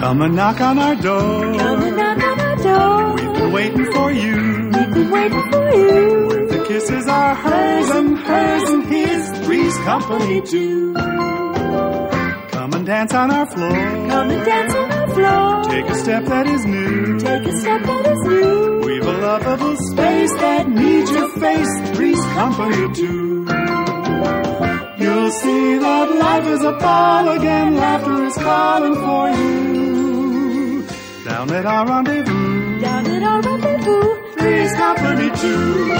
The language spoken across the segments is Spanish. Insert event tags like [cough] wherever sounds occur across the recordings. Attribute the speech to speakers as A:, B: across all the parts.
A: Come and knock on our door.
B: Come and knock on our door.
A: We've been waiting for you.
B: We've been waiting for you.
A: The kisses are hers and hers and his. Three's company too. Come and dance on our floor.
B: Come and dance on our floor.
A: Take a step that is new.
B: Take a step that is new.
A: We've a lovable space that needs your face. Three's company too. You'll see that life is a ball again. Laughter is calling for you. Down at our rendezvous.
B: Down at our rendezvous.
A: Three's company too.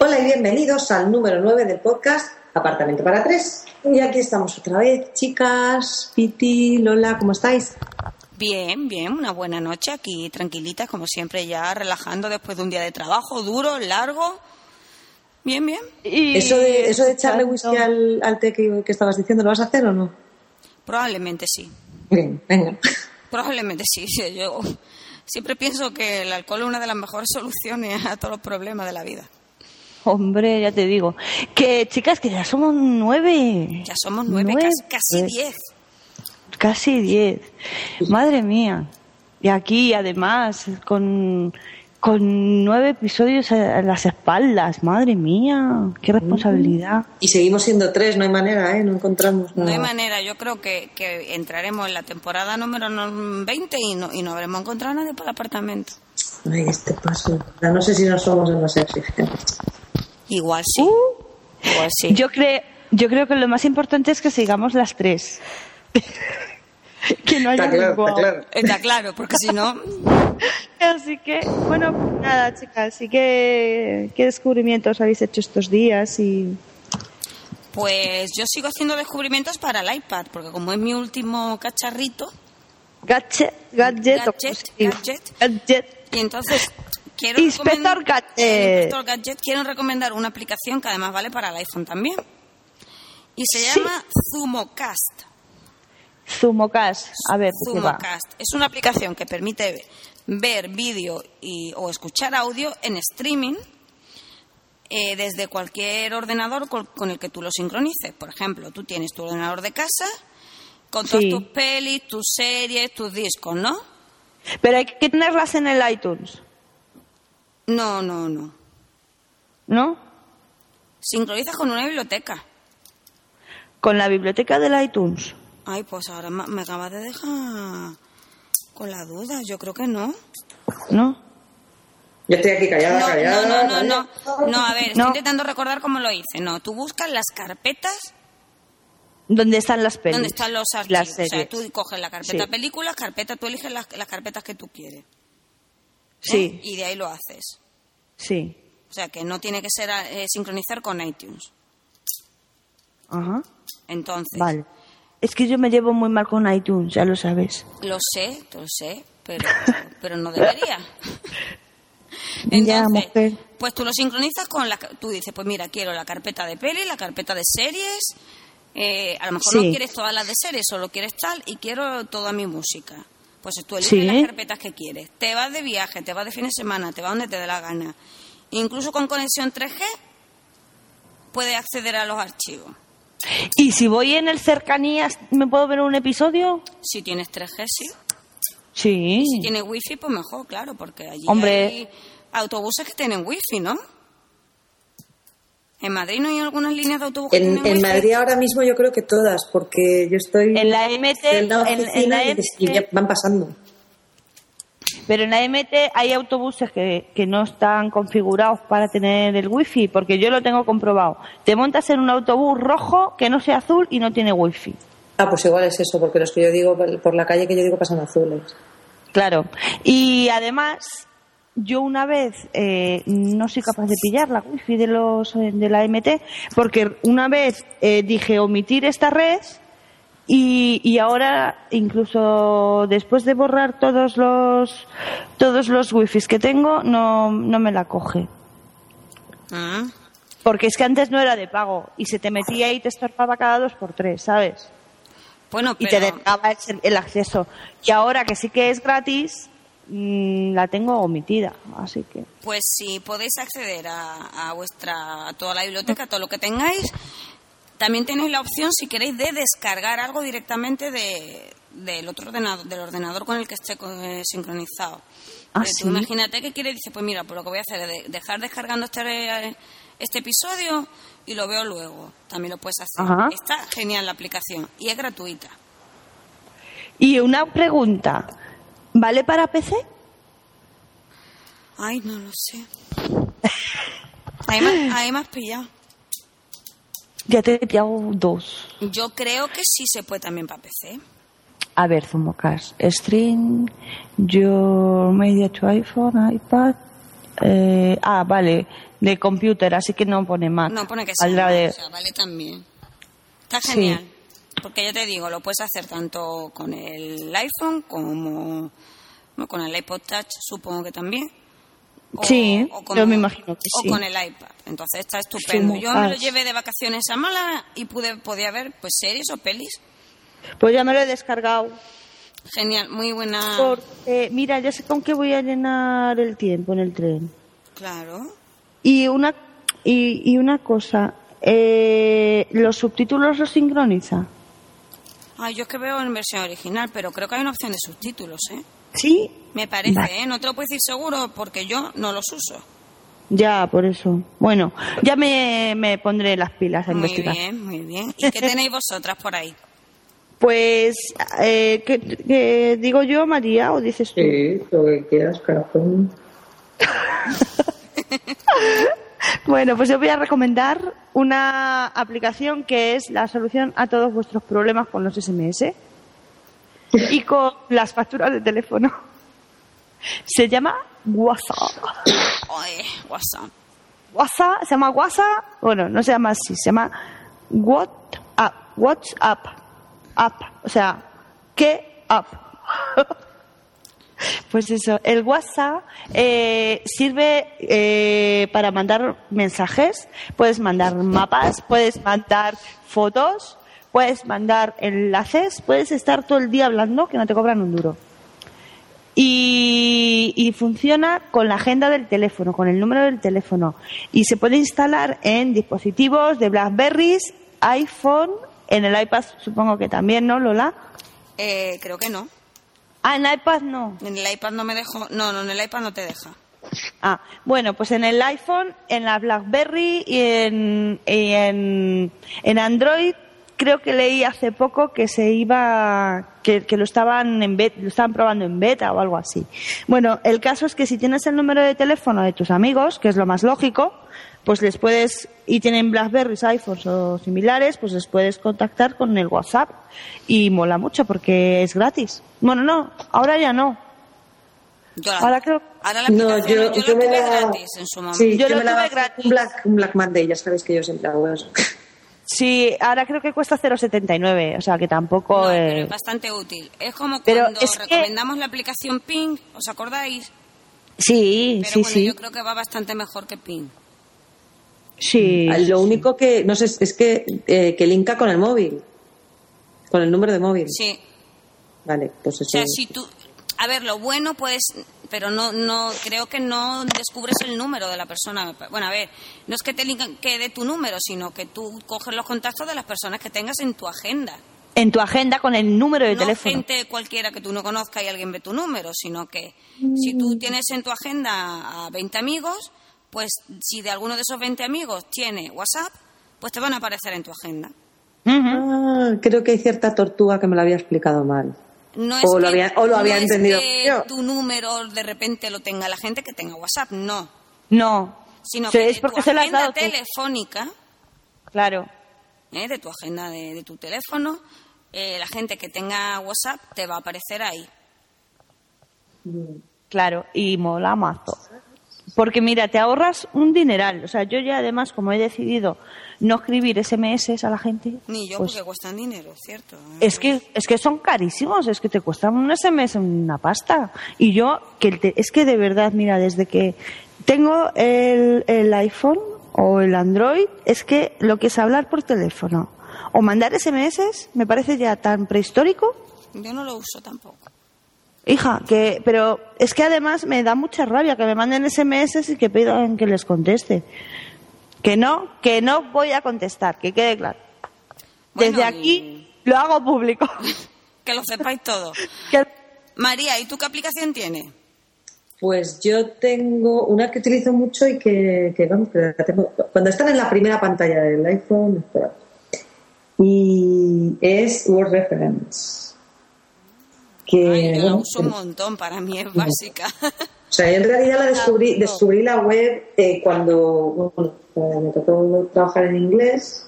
C: Hola y bienvenidos al número 9 del podcast Apartamento para tres. Y aquí estamos otra vez, chicas, Piti, Lola, ¿cómo estáis?
D: Bien, bien, una buena noche aquí, tranquilitas como siempre, ya relajando después de un día de trabajo duro, largo. Bien, bien.
E: Y
C: Eso de, eso de echarle
E: tanto-
C: whisky al, al té que, que estabas diciendo, ¿lo vas a hacer o no?
D: Probablemente sí.
C: Bien, venga.
D: Probablemente sí. sí, Yo siempre pienso que el alcohol es una de las mejores [laughs] soluciones a todos los problemas de la vida.
E: Hombre, ya te digo. Que chicas, que ya somos nueve.
D: Ya somos nueve,
E: Nueve.
D: casi, casi diez.
E: Casi diez. Madre mía. Y aquí, además, con, con nueve episodios a a las espaldas. Madre mía. Qué responsabilidad.
C: Y seguimos siendo tres, no hay manera, ¿eh? No encontramos
D: No
C: nada.
D: hay manera, yo creo que, que entraremos en la temporada número no- 20 y no, y no habremos encontrado a nadie para el apartamento.
C: Ay, este paso. Ya No sé si no somos ¿eh? demasiado exigentes.
D: Igual sí. Igual sí.
E: Uh. Yo, cre- yo creo que lo más importante es que sigamos las tres. [laughs] que no haya
C: Está claro,
E: ningún-
C: está claro.
D: Está claro, porque si no,
E: Así que, bueno, pues nada, chicas, así que qué descubrimientos habéis hecho estos días y
D: Pues yo sigo haciendo descubrimientos para el iPad, porque como es mi último cacharrito,
E: gadget,
D: Gadget,
E: gadget, o cómo se dice.
D: gadget.
E: Gadget.
D: y entonces quiero
E: Inspector
D: recomend-
E: Gadget.
D: Inspector Gadget, quiero recomendar una aplicación que además vale para el iPhone también. Y se
E: Sí.
D: llama Zumocast.
E: Zumocast, a ver, ¿de ¿qué va?
D: Zumocast es una aplicación que permite ver vídeo y- o escuchar audio en streaming eh, desde cualquier ordenador col- con el que tú lo sincronices. Por ejemplo, tú tienes tu ordenador de casa con todas
E: Sí.
D: tus pelis, tus series, tus discos, ¿no?
E: Pero hay que tenerlas en el iTunes,
D: No, no, no.
E: ¿no?
D: Sincronizas con una biblioteca.
E: Con la biblioteca del iTunes.
D: Ay, pues ahora ma- me acabas de dejar con la duda. Yo creo que no.
E: ¿No?
C: Yo estoy aquí callada,
D: No,
C: callada.
D: no, no, no,
C: callada.
D: no. No, a ver, estoy
E: No.
D: intentando recordar cómo lo hice. No, tú buscas las carpetas
E: ¿Dónde están las pelis?
D: donde están los archivos.
E: Las
D: o sea,
E: series.
D: tú coges la carpeta
E: Sí.
D: películas, carpeta, tú eliges las, las carpetas que tú quieres. ¿eh?
E: Sí,
D: Y de ahí lo haces.
E: sí.
D: O sea, que no tiene que ser eh, sincronizar con iTunes.
E: Ajá,
D: Entonces,
E: vale. Es que yo me llevo muy mal con iTunes, ya lo sabes.
D: lo sé, lo sé, pero, pero no debería.
E: Ya,
D: Entonces,
E: mujer.
D: pues tú lo sincronizas con la... ca- Tú dices, pues mira, quiero la carpeta de peli, la carpeta de series. eh, a lo mejor no
E: Sí.
D: quieres todas las de series, solo quieres tal y quiero toda mi música. Pues tú eliges
E: Sí.
D: las carpetas que quieres. Te vas de viaje, te vas de fin de semana, te vas donde te dé la gana. Incluso con conexión 3G puedes acceder a los archivos.
E: ¿Y si voy en el cercanías, me puedo ver un episodio?
D: Si tienes 3G, sí.
E: Sí.
D: Si tienes wifi, pues mejor, claro, porque allí
E: Hombre.
D: hay autobuses que tienen wifi, ¿no? En Madrid no hay algunas líneas de autobús que
C: En,
D: tienen
C: en
D: wifi.
C: Madrid ahora mismo yo creo que todas, porque yo estoy
E: En
D: E
E: la MT,
C: en la
E: en- en
C: oficina
E: la
C: y-
E: MT.
C: y ya van pasando.
E: Pero en la MT hay autobuses que, que no están configurados para tener el wifi, porque yo lo tengo comprobado. Te montas en un autobús rojo que no sea azul y no tiene wifi.
C: Ah, pues igual es eso, porque los que yo digo por la calle que yo digo pasan azules.
E: Claro. Y además, yo una vez eh, no soy capaz de pillar la wifi de los eh, de la MT, porque una vez eh, dije omitir esta red y, y ahora incluso después de borrar todos los todos los wifis que tengo no, no me la coge.
D: Ah,
E: Porque es que antes no era de pago y se te metía y te estorbaba cada dos por tres, ¿sabes?
D: bueno,
E: Y
D: pero...
E: te denegaba el, ser- el acceso. Y ahora que sí que es gratis, mm, la tengo omitida. Así que.
D: Pues si podéis acceder a, a vuestra a toda la biblioteca, a todo lo que tengáis, también tenéis la opción si queréis de descargar algo directamente de, del otro ordenador, del ordenador con el que esté con- eh, sincronizado.
E: Ah,
D: Eh,
E: ¿sí?
D: Tú imagínate que quiere, dice, pues mira, pues lo que voy a hacer es de- dejar descargando este, eh, este episodio y lo veo luego. También lo puedes hacer.
E: Ajá.
D: Está genial la aplicación y es gratuita.
E: Y una pregunta, ¿vale para PC?
D: Ay, no lo
E: [laughs]
D: sé. Ahí me- ahí me has pillado.
E: Ya te he pillado dos.
D: Yo creo que sí se puede también para PC.
E: A ver, Zumocas, Stream, Your Media to iPhone, iPad. eh, ah, vale, de computer, así que no pone Mac.
D: No pone que sí.
E: Saldrá de-
D: O sea, vale también. Está
E: Sí.
D: genial. Porque ya te digo, lo puedes hacer tanto con el iPhone como como con el iPod Touch, supongo que también.
E: Sí, yo me imagino que
D: o
E: sí.
D: con el iPad. Entonces está estupendo.
E: Sí,
D: Yo me lo
E: ah.
D: llevé de vacaciones a Málaga y pude podía ver pues series o pelis.
E: Pues ya me lo he descargado.
D: Genial, muy buena.
E: Porque, mira, ya sé con qué voy a llenar el tiempo en el tren.
D: Claro.
E: Y una, y, y una cosa, eh, ¿los subtítulos los sincroniza?
D: Ay, Ah, yo es que veo en versión original, pero creo que hay una opción de subtítulos, ¿eh?
E: Sí.
D: Me parece,
E: Vale.
D: ¿eh? No te lo puedo decir seguro porque yo no los uso.
E: Ya, por eso. Bueno, ya me, me pondré las pilas a
D: Muy
E: investigar.
D: bien, muy
E: [laughs]
D: bien. ¿Y qué tenéis vosotras por ahí?
E: Pues, eh, ¿qué, qué digo yo, María, o dices tú?
C: Sí, lo que quieras, corazón.
E: [laughs] Bueno, pues yo voy a recomendar una aplicación que es la solución a todos vuestros problemas con los SMS y con las facturas de teléfono. Se llama WhatsApp.
D: Oye, WhatsApp.
E: WhatsApp, se llama WhatsApp, bueno, no se llama así, se llama WhatsApp, WhatsApp, app, o sea, ¿qué app? [laughs] pues eso, el WhatsApp eh, sirve eh, para mandar mensajes, puedes mandar mapas, puedes mandar fotos, puedes mandar enlaces, puedes estar todo el día hablando que no te cobran un duro. Y, y funciona con la agenda del teléfono, con el número del teléfono. Y se puede instalar en dispositivos de Blackberries, iPhone, en el iPad supongo que también, ¿no, Lola?
D: Eh, creo que no.
E: Ah, en iPad no.
D: En el iPad no me dejo. No, no, en el iPad no te deja.
E: Ah, bueno, pues en el iPhone, en la BlackBerry y en, y en, en Android creo que leí hace poco que se iba, que, que lo estaban en bet- lo estaban probando en beta o algo así. Bueno, el caso es que si tienes el número de teléfono de tus amigos, que es lo más lógico, pues les puedes, y tienen Blackberries, iPhones o similares, pues les puedes contactar con el WhatsApp y mola mucho porque es gratis. Bueno, no, ahora ya no.
D: Yo la-
E: Ahora creo
D: ahora la
C: No,
D: aplicación,
C: yo,
D: yo,
C: yo
D: la
C: me
D: tuve
C: la...
D: gratis en su momento.
C: Sí,
E: Yo
C: yo,
E: la
C: me la
E: tuve
C: bajé
E: gratis.
C: Un Black, un Black Monday, ya sabes que yo siempre hago eso.
E: Sí, ahora creo que cuesta 0,79, o sea que tampoco...
D: No, pero
E: eh,
D: es bastante útil. Es como
E: Pero
D: cuando
E: es que-
D: recomendamos la aplicación Ping, ¿os acordáis?
E: Sí,
D: Pero
E: sí,
D: bueno,
E: sí.
D: yo creo que va bastante mejor que Ping.
E: Sí,
C: Ah, Lo único que, no sé, es que, eh, que linka con el móvil. Con el número de móvil.
D: Sí,
C: Vale, pues
D: O
C: eso.
D: sea, si tú... A ver, lo bueno, pues... Pero no, no creo que no descubres el número de la persona. Bueno, a ver, no es que te linkan- que dé tu número, sino que tú coges los contactos de las personas que tengas en tu agenda.
E: en tu agenda con el número de
D: no
E: teléfono.
D: gente cualquiera que tú no conozcas y alguien ve tu número, sino que
C: Mm.
D: si tú tienes en tu agenda a 20 amigos, pues si de alguno de esos 20 amigos tiene WhatsApp, pues te van a aparecer en tu agenda.
E: Ujú.
C: Ah, creo que hay cierta tortuga que me lo había explicado mal.
D: No es
C: O lo
D: que-
C: había- o lo
D: no
C: había
D: es
C: entendido
D: que
C: yo.
D: tu número de repente lo tenga la gente que tenga WhatsApp, no.
E: No,
D: Sino
E: Sí,
D: que
E: es
D: de
E: porque
D: tu
E: se lo has
D: agenda
E: dado tú.
D: telefónica,
E: Claro.
D: ¿eh? de tu agenda de, de tu teléfono, eh, la gente que tenga WhatsApp te va a aparecer ahí.
E: Claro, y mola mazo. Porque mira, te ahorras un dineral. O sea, yo ya además, como he decidido no escribir SMS a la gente,
D: Ni yo,
E: pues,
D: porque cuestan dinero, ¿cierto?
E: es que es que son carísimos, es que te cuestan un SMS una pasta. Y yo, que el te- es que de verdad, mira, desde que tengo el, el iPhone o el Android, es que lo que es hablar por teléfono o mandar SMS me parece ya tan prehistórico.
D: Yo no lo uso tampoco.
E: Hija, que, pero es que además me da mucha rabia que me manden SMS y que pidan que les conteste. Que no, que no voy a contestar, que quede claro.
D: Bueno,
E: Desde
D: y-
E: aquí lo hago público. [laughs]
D: que lo sepáis todo.
E: Que-
D: María, ¿y tú qué aplicación tienes?
C: Pues yo tengo una que utilizo mucho y que, que, vamos, que la tengo- cuando están en la primera pantalla del iPhone, espera. y es Word Reference. Que,
D: Ay, yo la
C: Eh, bueno, pues,
D: uso un montón, para mí es básica.
C: O sea, yo en realidad la descubrí,
D: Ah, no.
C: descubrí la web eh, cuando bueno, eh, me tocó trabajar en inglés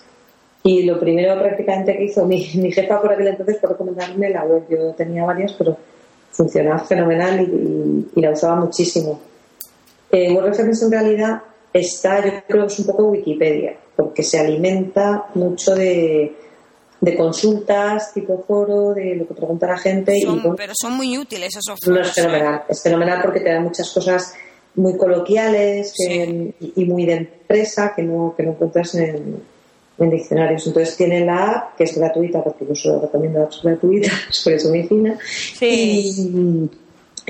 C: y lo primero prácticamente que hizo mi, [laughs] mi jefa por aquel entonces fue recomendarme la web. Yo tenía varias, pero funcionaba fenomenal y, y- y la usaba muchísimo. Eh, Word Reference en realidad está, yo creo que es un poco Wikipedia, porque se alimenta mucho de, de consultas, tipo foro, de lo que pregunta la gente. y
D: [laughs] Son-
C: bueno,
D: pero son muy útiles esos
C: pues. no, es
D: foros, ¿eh?
C: fenomenal, es fenomenal porque te da muchas cosas muy coloquiales que- y y muy de empresa que no, que no encuentras en, en diccionarios. Entonces tiene la app, que es gratuita, porque yo solo recomiendo apps gratuitas, [laughs] por eso muy fina.
E: Sí.
C: Y,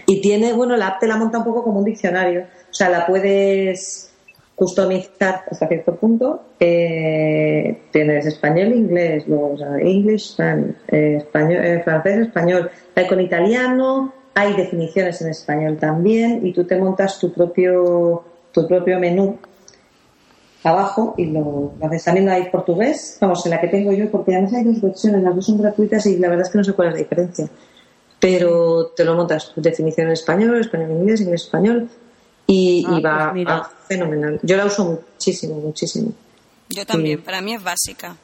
C: y tiene, bueno, la app te la monta un poco como un diccionario. O sea, la puedes customizar hasta cierto punto. Eh, tienes español, inglés, luego, o sea, English, Spanish, eh, español, eh, francés, español. Hay con italiano, hay definiciones en español también y tú te montas tu propio, tu propio menú abajo y lo, lo haces. También hay portugués, vamos, en la que tengo yo, porque además hay dos versiones, las dos son gratuitas y la verdad es que no sé cuál es la diferencia. Pero te lo montas, definición en español, español en inglés, inglés en español y,
E: Ah,
C: y va
E: pues mira.
C: va fenomenal. Yo la uso muchísimo, muchísimo.
D: Yo también, para mí es básica.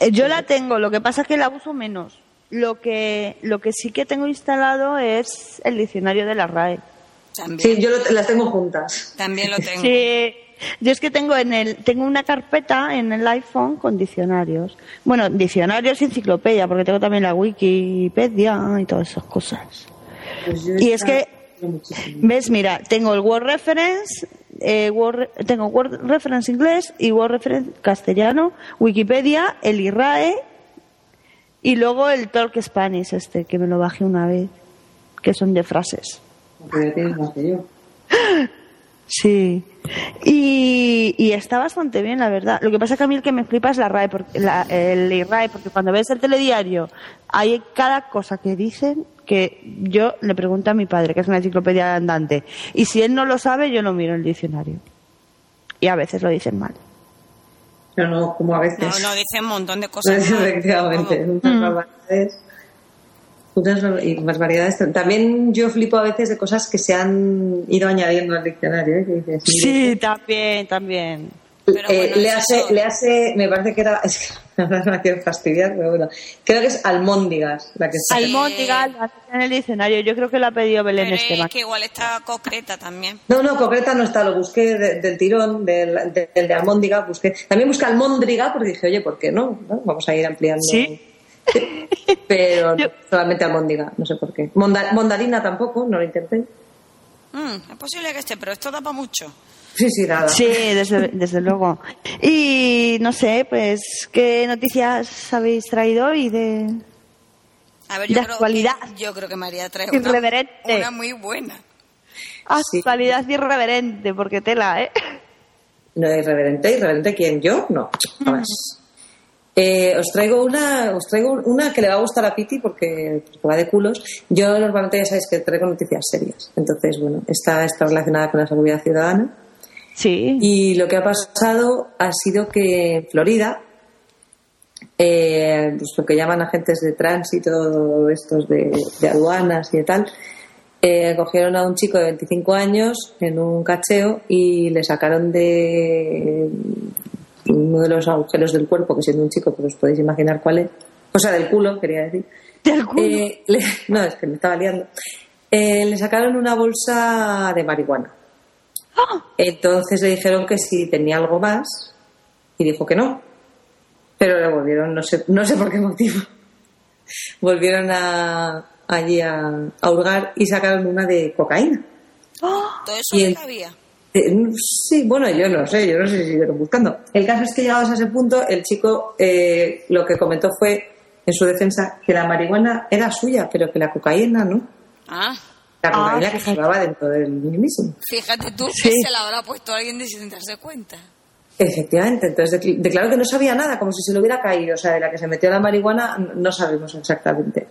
E: Eh, Yo la tengo, lo que pasa es que la uso menos. Lo que, lo que sí que tengo instalado es el diccionario de la RAE.
D: También,
C: Sí, yo lo- las tengo juntas.
D: también lo tengo.
E: Sí, yo es que tengo en el tengo una carpeta en el iPhone con diccionarios. Bueno, diccionarios y enciclopedia, porque tengo también la Wikipedia y todas esas cosas.
C: Pues yo
E: Y
C: esta
E: es que-
C: la uso muchísimo.
E: ¿Ves? Mira, tengo el Word Reference, eh, Word- tengo Word Reference inglés y Word Reference castellano, Wikipedia, el IRAE y luego el Talk Spanish este, que me lo bajé una vez, que son de frases.
C: Porque ya tienes más que yo.
E: Sí. Y, y está bastante bien, la verdad. Lo que pasa es que a mí el que me flipa es la RAE, porque, la- el IRAE, porque cuando ves el telediario hay cada cosa que dicen que yo le pregunto a mi padre, que es una enciclopedia andante. Y si él no lo sabe, yo lo miro en el diccionario. Y a veces lo dicen mal.
C: Pero no, como a veces.
D: No, no, dice un montón
C: [laughs]
D: de cosas.
C: Pues, efectivamente,
D: Vamos,
C: muchas barbaridades. Muchas bar- y barbaridades. También yo flipo a veces de cosas que se han ido añadiendo al diccionario. ¿eh? Que dices, mire,
E: Sí, también, también.
D: Pero
C: eh,
D: bueno,
C: le,
D: es
C: hace,
D: eso.
C: le hace, me parece que era, [laughs] es que ahora me quiero fastidiar, pero bueno, creo que es almóndigas la que está.
D: Sí.
E: Almóndiga, la hacen en el diccionario, yo creo que lo ha pedido Belén
D: Pero
E: Esteban.
D: es que igual está concreta también.
C: No, no, concreta no está, lo busqué de- del tirón, del, del de almóndiga, busqué. También busqué almóndriga porque dije, oye, ¿por qué no? ¿No? Vamos a ir ampliando.
E: Sí.
C: [laughs] Pero
E: Yo-
C: solamente almóndiga, no sé por qué. Monda- mondarina tampoco, no lo intenté.
D: Mm, es posible que esté, pero esto da para mucho.
C: Sí, sí, nada.
E: Sí, desde, desde luego. Y no sé, pues, ¿qué noticias habéis traído y de...?
D: A ver, yo
E: De
D: creo
E: actualidad.
D: Que, yo creo que María trae una,
E: Irreverente.
D: una muy buena.
C: Sí.
E: Actualidad irreverente, porque tela, ¿eh?
C: No, irreverente, irreverente, ¿quién? ¿Yo? No, jamás. Eh, os traigo una os traigo una que le va a gustar a Piti porque, porque va de culos. Yo normalmente ya sabéis que traigo noticias serias. Entonces, bueno, esta está relacionada con la seguridad ciudadana.
E: Sí.
C: Y lo que ha pasado ha sido que en Florida, eh, pues lo que llaman agentes de tránsito, estos de, de aduanas y de tal, eh, cogieron a un chico de 25 años en un cacheo y le sacaron de uno de los agujeros del cuerpo, que siendo un chico, pues os podéis imaginar cuál es. O sea, del culo, quería decir.
E: Del culo.
C: Eh, le- [laughs] no, es que me estaba liando. Eh, le sacaron una bolsa de marihuana. Entonces le dijeron que si tenía algo más y dijo que no. Pero le volvieron, no sé, no sé por qué motivo, [laughs] volvieron a, allí a, a hurgar y sacaron una de cocaína.
D: Todo eso
C: Y
D: es
C: el-
D: lo que había.
C: Eh, sí, bueno, yo no sé, yo no sé si siguieron buscando. El caso es que llegados a ese punto, el chico eh, lo que comentó fue, en su defensa, que la marihuana era suya, pero que la cocaína no.
D: Ah,
C: La
E: Ah,
C: cocaína que
E: fíjate.
C: llevaba dentro del mismísimo.
D: fíjate tú
E: Sí.
D: que se la habrá puesto alguien de sin darse cuenta.
C: Efectivamente, entonces decl- declaró que no sabía nada, como si se le hubiera caído, o sea, de la que se metió la marihuana n- no sabemos exactamente.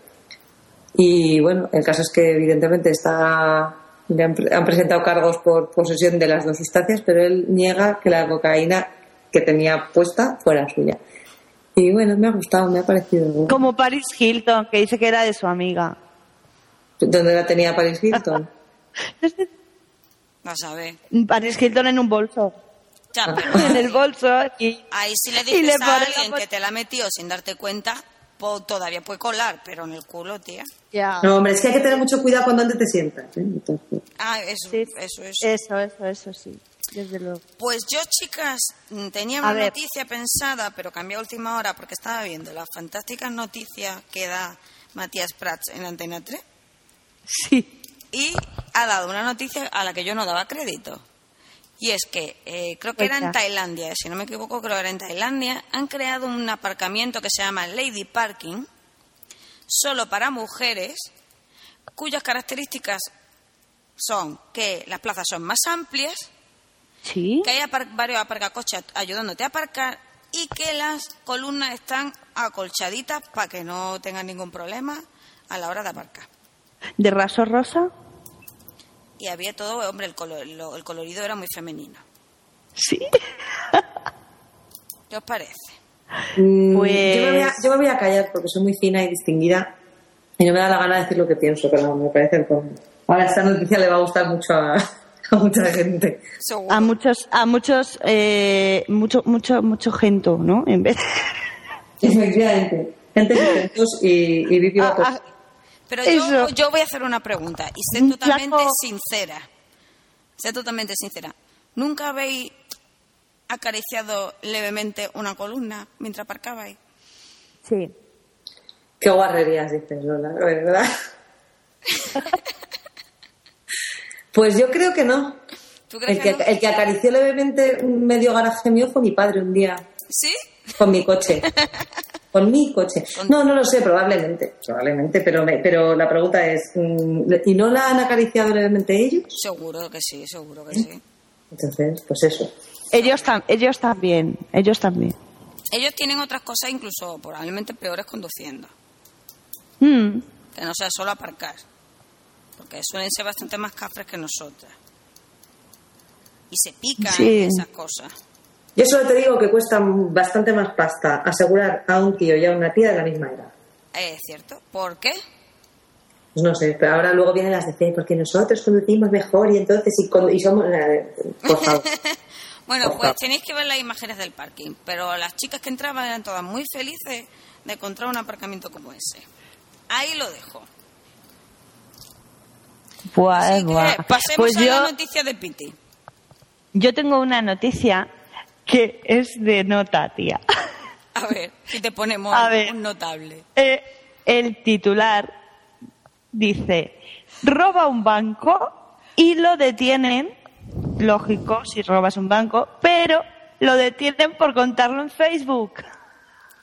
C: Y bueno, el caso es que evidentemente está le han, pre- han presentado cargos por posesión de las dos sustancias, pero él niega que la cocaína que tenía puesta fuera suya. Y bueno, me ha gustado, me ha parecido. bueno.
E: Como Paris Hilton, que dice que era de su amiga.
C: ¿Dónde la tenía Paris Hilton?
D: Vas a ver.
E: Paris Hilton en un bolso. [laughs]
D: Ya, pero
E: En el bolso. Y,
D: ahí si le
E: [laughs] y
D: dices
E: le
D: a
E: pone la
D: alguien
E: pot-
D: que te la ha metido sin darte cuenta, po- todavía puede colar, pero en el culo, tía.
E: Ya.
C: No, hombre, es que hay que tener mucho cuidado cuando dónde te sientas. ¿eh? Entonces,
D: Ah, eso,
E: Sí. eh,
D: eso, eso.
E: Eso, eso, eso sí. Desde luego.
D: Pues yo, chicas, mm, tenía
E: A
D: una
E: ver.
D: noticia pensada, pero cambié a última hora porque estaba viendo las fantásticas noticias que da Matías Prats en Antena 3
E: Sí.
D: y ha dado una noticia a la que yo no daba crédito. Y es que eh, creo que era en
E: Cuenta.
D: Tailandia, si no me equivoco, creo que era en Tailandia, han creado un aparcamiento que se llama Lady Parking, solo para mujeres, cuyas características son que las plazas son más amplias,
E: Sí.
D: que hay apar- varios aparcacoches ayudándote a aparcar y que las columnas están acolchaditas para que no tengan ningún problema a la hora de aparcar.
E: ¿De raso rosa?
D: Y había todo, hombre, el, colo- lo- el colorido era muy femenino.
E: Sí.
D: ¿Qué os parece?
C: mm,
E: Pues-
C: yo, me voy a, yo me voy a callar porque soy muy fina y distinguida y no me da la gana de decir lo que pienso, pero me parece el colmo. Ahora esta noticia le va a gustar mucho a, [laughs] a mucha gente.
D: Seguro.
C: Ah,
E: A muchos, a muchos, eh, mucho, mucho, mucho gente, ¿no? En vez
C: Efectivamente. Gente diferentes y, y Vicky va
E: Ah, ah,
D: Pero yo,
E: eso.
D: yo voy a hacer una pregunta y sé
E: Un
D: totalmente
E: plato-
D: sincera. Sé totalmente sincera. ¿Nunca habéis acariciado levemente una columna mientras aparcabais?
E: Sí.
C: Qué guarrerías dices, Lola, de verdad. pues yo creo que no.
D: ¿Tú crees
C: El que,
D: que no?
C: el que acarició levemente un medio garaje mío fue mi padre un día,
D: ¿Sí?
C: con mi [laughs] coche. Con mi coche. No, no lo sé, probablemente. Probablemente, pero, me- pero la pregunta es: mm, ¿y no la han acariciado levemente ellos?
D: Seguro que sí, seguro que sí.
C: Entonces, pues eso.
E: Ellos, tam- ellos también, ellos también.
D: Ellos tienen otras cosas incluso probablemente peores conduciendo,
E: Mm.
D: que no sea solo aparcar, porque suelen ser bastante más cafres que nosotras. Y se pican
E: Sí.
D: y esas cosas.
C: Yo solo te digo que cuesta bastante más pasta asegurar a un tío y a una tía de la misma edad.
D: ¿Es cierto? ¿Por qué?
C: Pues no sé, pero ahora luego vienen las defensas, porque nosotros conducimos mejor y entonces, y, con- y somos. eh, Por [laughs] favor.
D: Bueno, pues tenéis que ver las imágenes del parking, pero las chicas que entraban eran todas muy felices de encontrar un aparcamiento como ese. Ahí lo dejo.
E: Buah,
D: Así que
E: buah.
D: eh, pasemos
E: Ah, Pues
D: a
E: yo,
D: la noticia de Piti.
E: yo tengo una noticia que es de nota, tía. [laughs]
D: A ver, si te ponemos
E: A ver.
D: un notable.
E: Eh, el titular dice, roba un banco y lo detienen, lógico, si robas un banco, pero lo detienen por contarlo en Facebook.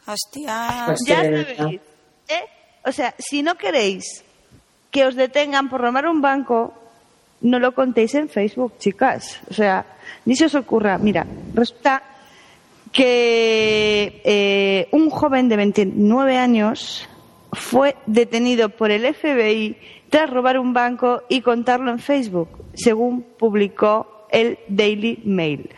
D: Hostia.
C: Pues sí,
E: Ya
C: de verdad.
E: sabéis. ¿eh? O sea, si no queréis que os detengan por robar un banco, no lo contéis en Facebook, chicas. O sea, ni se os ocurra. Mira, resulta que eh, un joven de 29 años fue detenido por el FBI tras robar un banco y contarlo en Facebook, según publicó el Daily Mail.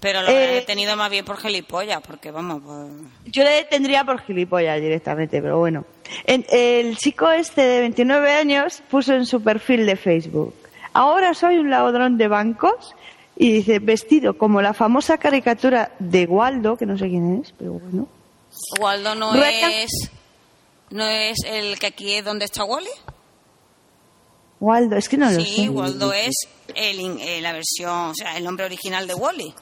D: Pero lo he
E: Eh,
D: detenido más bien por gilipollas, porque vamos, pues,
E: Yo le detendría por gilipollas directamente, pero bueno. En- el chico este de 29 años puso en su perfil de Facebook, ahora soy un ladrón de bancos y dice, vestido como la famosa caricatura de Waldo, que no sé quién es, pero bueno.
D: Waldo no
E: Ryan-
D: es no es el que aquí es donde está Wally.
E: Waldo, es que no lo
D: sí,
E: sé.
D: Waldo es el, in- eh, la versión, o sea, el nombre original de Wally.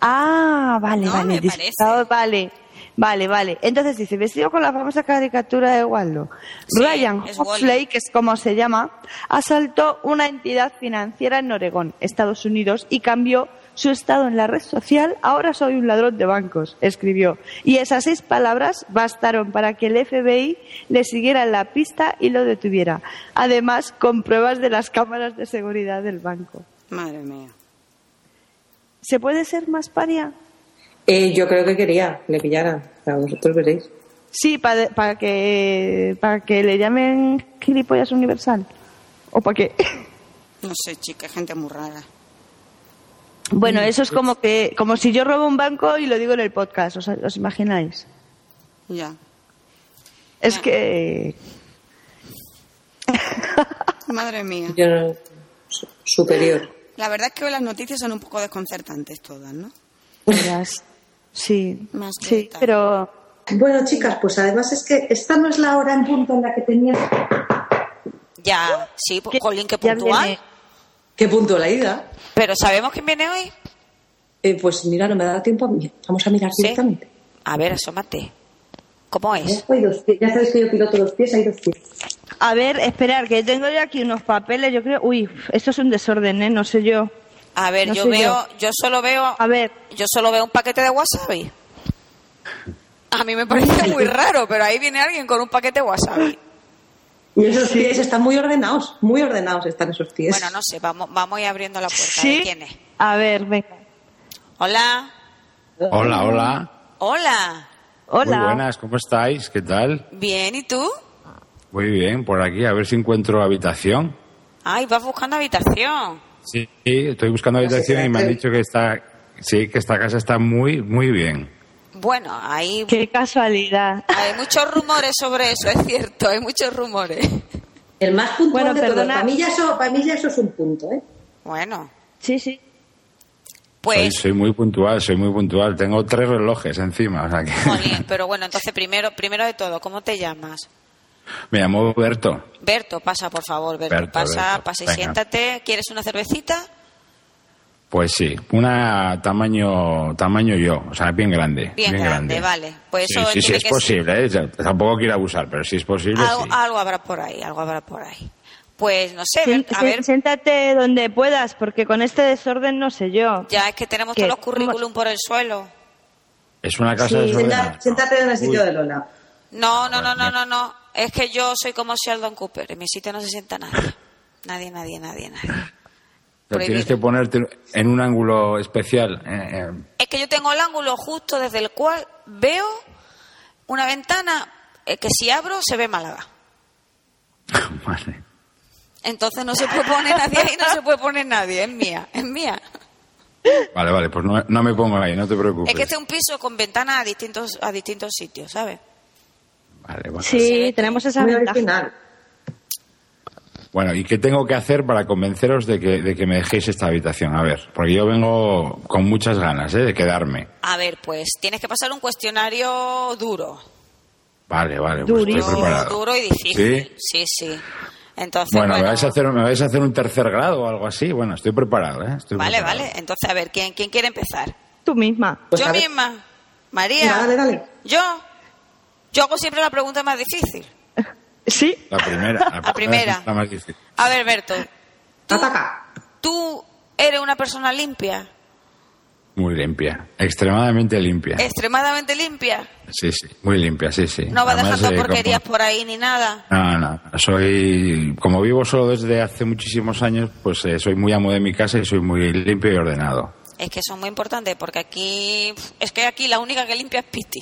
E: Ah, vale,
D: No,
E: vale.
D: me parece.
E: Ah, Vale, vale, vale. Entonces dice, vestido con la famosa caricatura de Waldo.
D: Sí,
E: Ryan
D: es Wally.
E: Huxley, que es como se llama, asaltó una entidad financiera en Oregón, Estados Unidos, y cambió su estado en la red social. Ahora soy un ladrón de bancos, escribió. Y esas seis palabras bastaron para que el FBI le siguiera en la pista y lo detuviera. Además, con pruebas de las cámaras de seguridad del banco.
D: Madre mía.
E: ¿Se puede ser más paria?
C: Eh, yo creo que quería, le pillaran. O sea, vosotros veréis.
E: Sí, para, para que para que le llamen gilipollas universal. ¿O
F: [laughs]
E: para qué?
F: No sé, chica, gente muy rara.
E: Bueno, eso es como que como si yo robo un banco y lo digo en el podcast, ¿os, os imagináis?
F: Ya.
E: Es que
F: Madre mía.
C: Yo no- su- superior.
F: La verdad es que hoy las noticias son un poco desconcertantes todas, ¿no?
E: verás, sí,
F: Más que
E: sí,
F: tal.
E: pero
C: Bueno, chicas, pues además es que esta no es la hora en punto en la que tenía.
D: Ya, sí, pues,
E: ¿Qué?
D: Jolín, que
E: ya
D: puntual.
E: viene.
C: ¿Qué punto la ida?
D: Pero ¿sabemos quién viene hoy?
C: Eh, pues mira, no me da tiempo a mí. Vamos a mirar
D: Sí.
G: [laughs]
C: directamente.
D: A ver, asómate. ¿Cómo
C: Ya,
D: es?
C: hay dos pies. Ya sabéis que yo piloto los pies, hay dos pies.
E: a ver, esperar que tengo yo aquí unos papeles, yo creo, uy, esto es un desorden, eh, no sé yo.
D: A ver,
E: No
D: yo
E: sé
D: veo, yo. solo veo,
E: A ver,
D: yo solo veo un paquete de wasabi. A mí me
E: [laughs]
D: parece muy raro, pero ahí viene alguien con un paquete de wasabi.
C: Y esos pies están muy ordenados, muy ordenados están esos pies.
D: Bueno, no sé, vamos, vamos a ir abriendo la puerta. A ver
E: sí.
D: quién es.
E: A ver, venga.
D: Hola,
G: Hola, hola.
D: hola.
E: Hola.
G: Muy buenas, ¿cómo estáis? ¿Qué tal?
D: Bien, ¿y tú?
G: Muy bien, por aquí, a ver si encuentro habitación.
D: Ay, vas buscando habitación.
G: Sí, estoy buscando habitación y me han dicho que está, sí, que esta casa está muy, muy bien.
D: Bueno, hay,
E: Qué casualidad. [laughs]
D: hay muchos rumores sobre eso, es cierto, hay muchos rumores.
C: El más puntual
E: Bueno,
C: de todos.
E: perdona.
C: Para mí, ya eso, para mí ya eso es un punto, ¿eh?
D: Bueno,
E: Sí, sí.
G: Soy,
D: pues,
G: soy muy puntual, soy muy puntual. Tengo tres relojes encima, o sea que...
D: jolín, pero bueno, entonces primero, primero de todo, ¿cómo te llamas?
G: [laughs] Me llamo Berto.
D: Berto, pasa, por favor, Berto,
G: Berto,
D: pasa,
G: Berto,
D: pasa y
G: venga.
D: siéntate. ¿Quieres una cervecita?
G: Pues sí, una tamaño tamaño yo, o sea, bien grande.
D: Bien
G: Bien,
D: grande,
G: grande,
D: vale. Pues
G: sí,
D: eso
G: sí, sí,
D: tiene
G: es
D: que-
G: posible, ¿eh? Ya, tampoco quiero abusar, pero si es posible,
D: Algo, ah,
G: sí.
D: algo habrá por ahí, algo habrá por ahí. Pues no sé,
E: Sí,
D: Berto, a
E: sí,
D: ver,
E: Siéntate donde puedas, porque con este desorden no sé yo.
D: ya es que tenemos
E: ¿Qué?
D: todos los currículum por el suelo.
G: Es una casa
E: Sí,
G: desordenada.
C: Senta- Siéntate en el sitio
G: Uy.
C: de Lola.
D: No, no, no, no, no, no. Es que yo soy como Sheldon Cooper. En mi sitio no se sienta nadie. Nadie, nadie, nadie, nadie.
G: Pero tienes
D: Prohibido.
G: que ponerte en un ángulo especial. eh, eh. [laughs]
D: Es que yo tengo el ángulo justo desde el cual veo una ventana eh, que si abro se ve Málaga.
G: Vale.
D: Entonces no se puede poner nadie ahí, no se puede poner nadie. Es mía, es mía.
G: Vale, vale, pues no, no me pongo ahí, no te preocupes.
D: Es que este es un piso con ventanas a distintos, a distintos sitios, ¿sabes?
G: Vale, vale.
E: Sí, tenemos esa
C: Muy
E: ventaja.
C: original.
G: Bueno, ¿y qué tengo que hacer para convenceros de que, de que me dejéis esta habitación? A ver, porque yo vengo con muchas ganas ¿eh? de quedarme.
D: A ver, pues tienes que pasar un cuestionario duro.
G: Vale, vale, pues
E: Durísimo.
G: estoy preparado.
D: Duro y difícil.
G: ¿Sí?
D: Sí, sí. Entonces,
G: Bueno,
D: bueno,
G: ¿me, vais a hacer, me vais a hacer un tercer grado o algo así. Bueno, estoy preparado, ¿eh? Estoy
D: Vale,
G: preparado.
D: vale. Entonces, a ver, ¿quién, quién quiere empezar?
E: Tú misma.
C: Pues
D: yo
C: a ver.
D: misma. María.
C: Dale, dale.
D: Yo. Yo hago siempre la pregunta más difícil.
E: Sí.
G: La primera.
D: [laughs]
G: La,
D: La primera.
G: es La más difícil.
D: A ver, Berto. Tú,
C: Ataca.
D: tú eres una persona limpia.
G: Muy limpia. Extremadamente limpia.
D: Extremadamente limpia.
G: Sí, sí. Muy limpia, sí, sí.
D: No va
G: Además,
D: dejando
G: eh, como-
D: porquerías por ahí ni nada.
G: No, no, soy, como vivo solo desde hace muchísimos años, pues eh, soy muy amo de mi casa y soy muy limpio y ordenado.
D: Es que son muy importantes porque aquí. Es que aquí la única que limpia es Piti.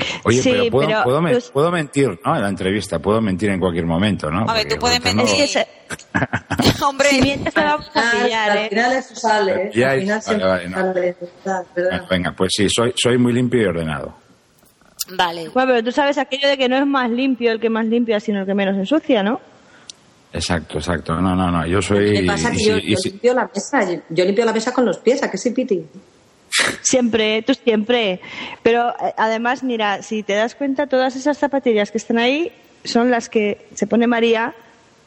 G: [laughs] Oye,
E: Sí,
G: pero, puedo,
E: pero
G: puedo, men-
E: los-
G: puedo mentir, ¿no? En la entrevista, puedo mentir en cualquier momento, ¿no?
D: A ver, tú
G: Porque
D: puedes
G: vosotros
D: mentir.
G: no-
E: Es que
D: Hombre.
E: Si mientras te vamos a
C: Ah,
E: pillar,
C: al
E: ¿eh?
C: final eso sale. ¿eh?
G: Ya
C: Al
G: es-
C: final
G: vale,
C: siempre
G: vale, no.
C: sale. Ah,
G: Bueno,
C: ¿verdad?
G: [laughs] Venga, pues sí, soy, soy muy limpio y ordenado.
D: Vale.
E: Bueno, pero tú sabes aquello de que no es más limpio el que más limpia, sino el que menos ensucia, ¿no?
G: Exacto, exacto. No, no, no, yo soy...
C: ¿Qué pasa?
G: y
C: Que
G: si-
C: yo,
G: y
C: yo
G: si-
C: limpio la mesa. Yo, yo limpio la mesa con los pies. ¿A qué sí, Piti?
E: Siempre, tú siempre. Pero eh, además, mira, si te das cuenta, todas esas zapatillas que están ahí son las que se pone María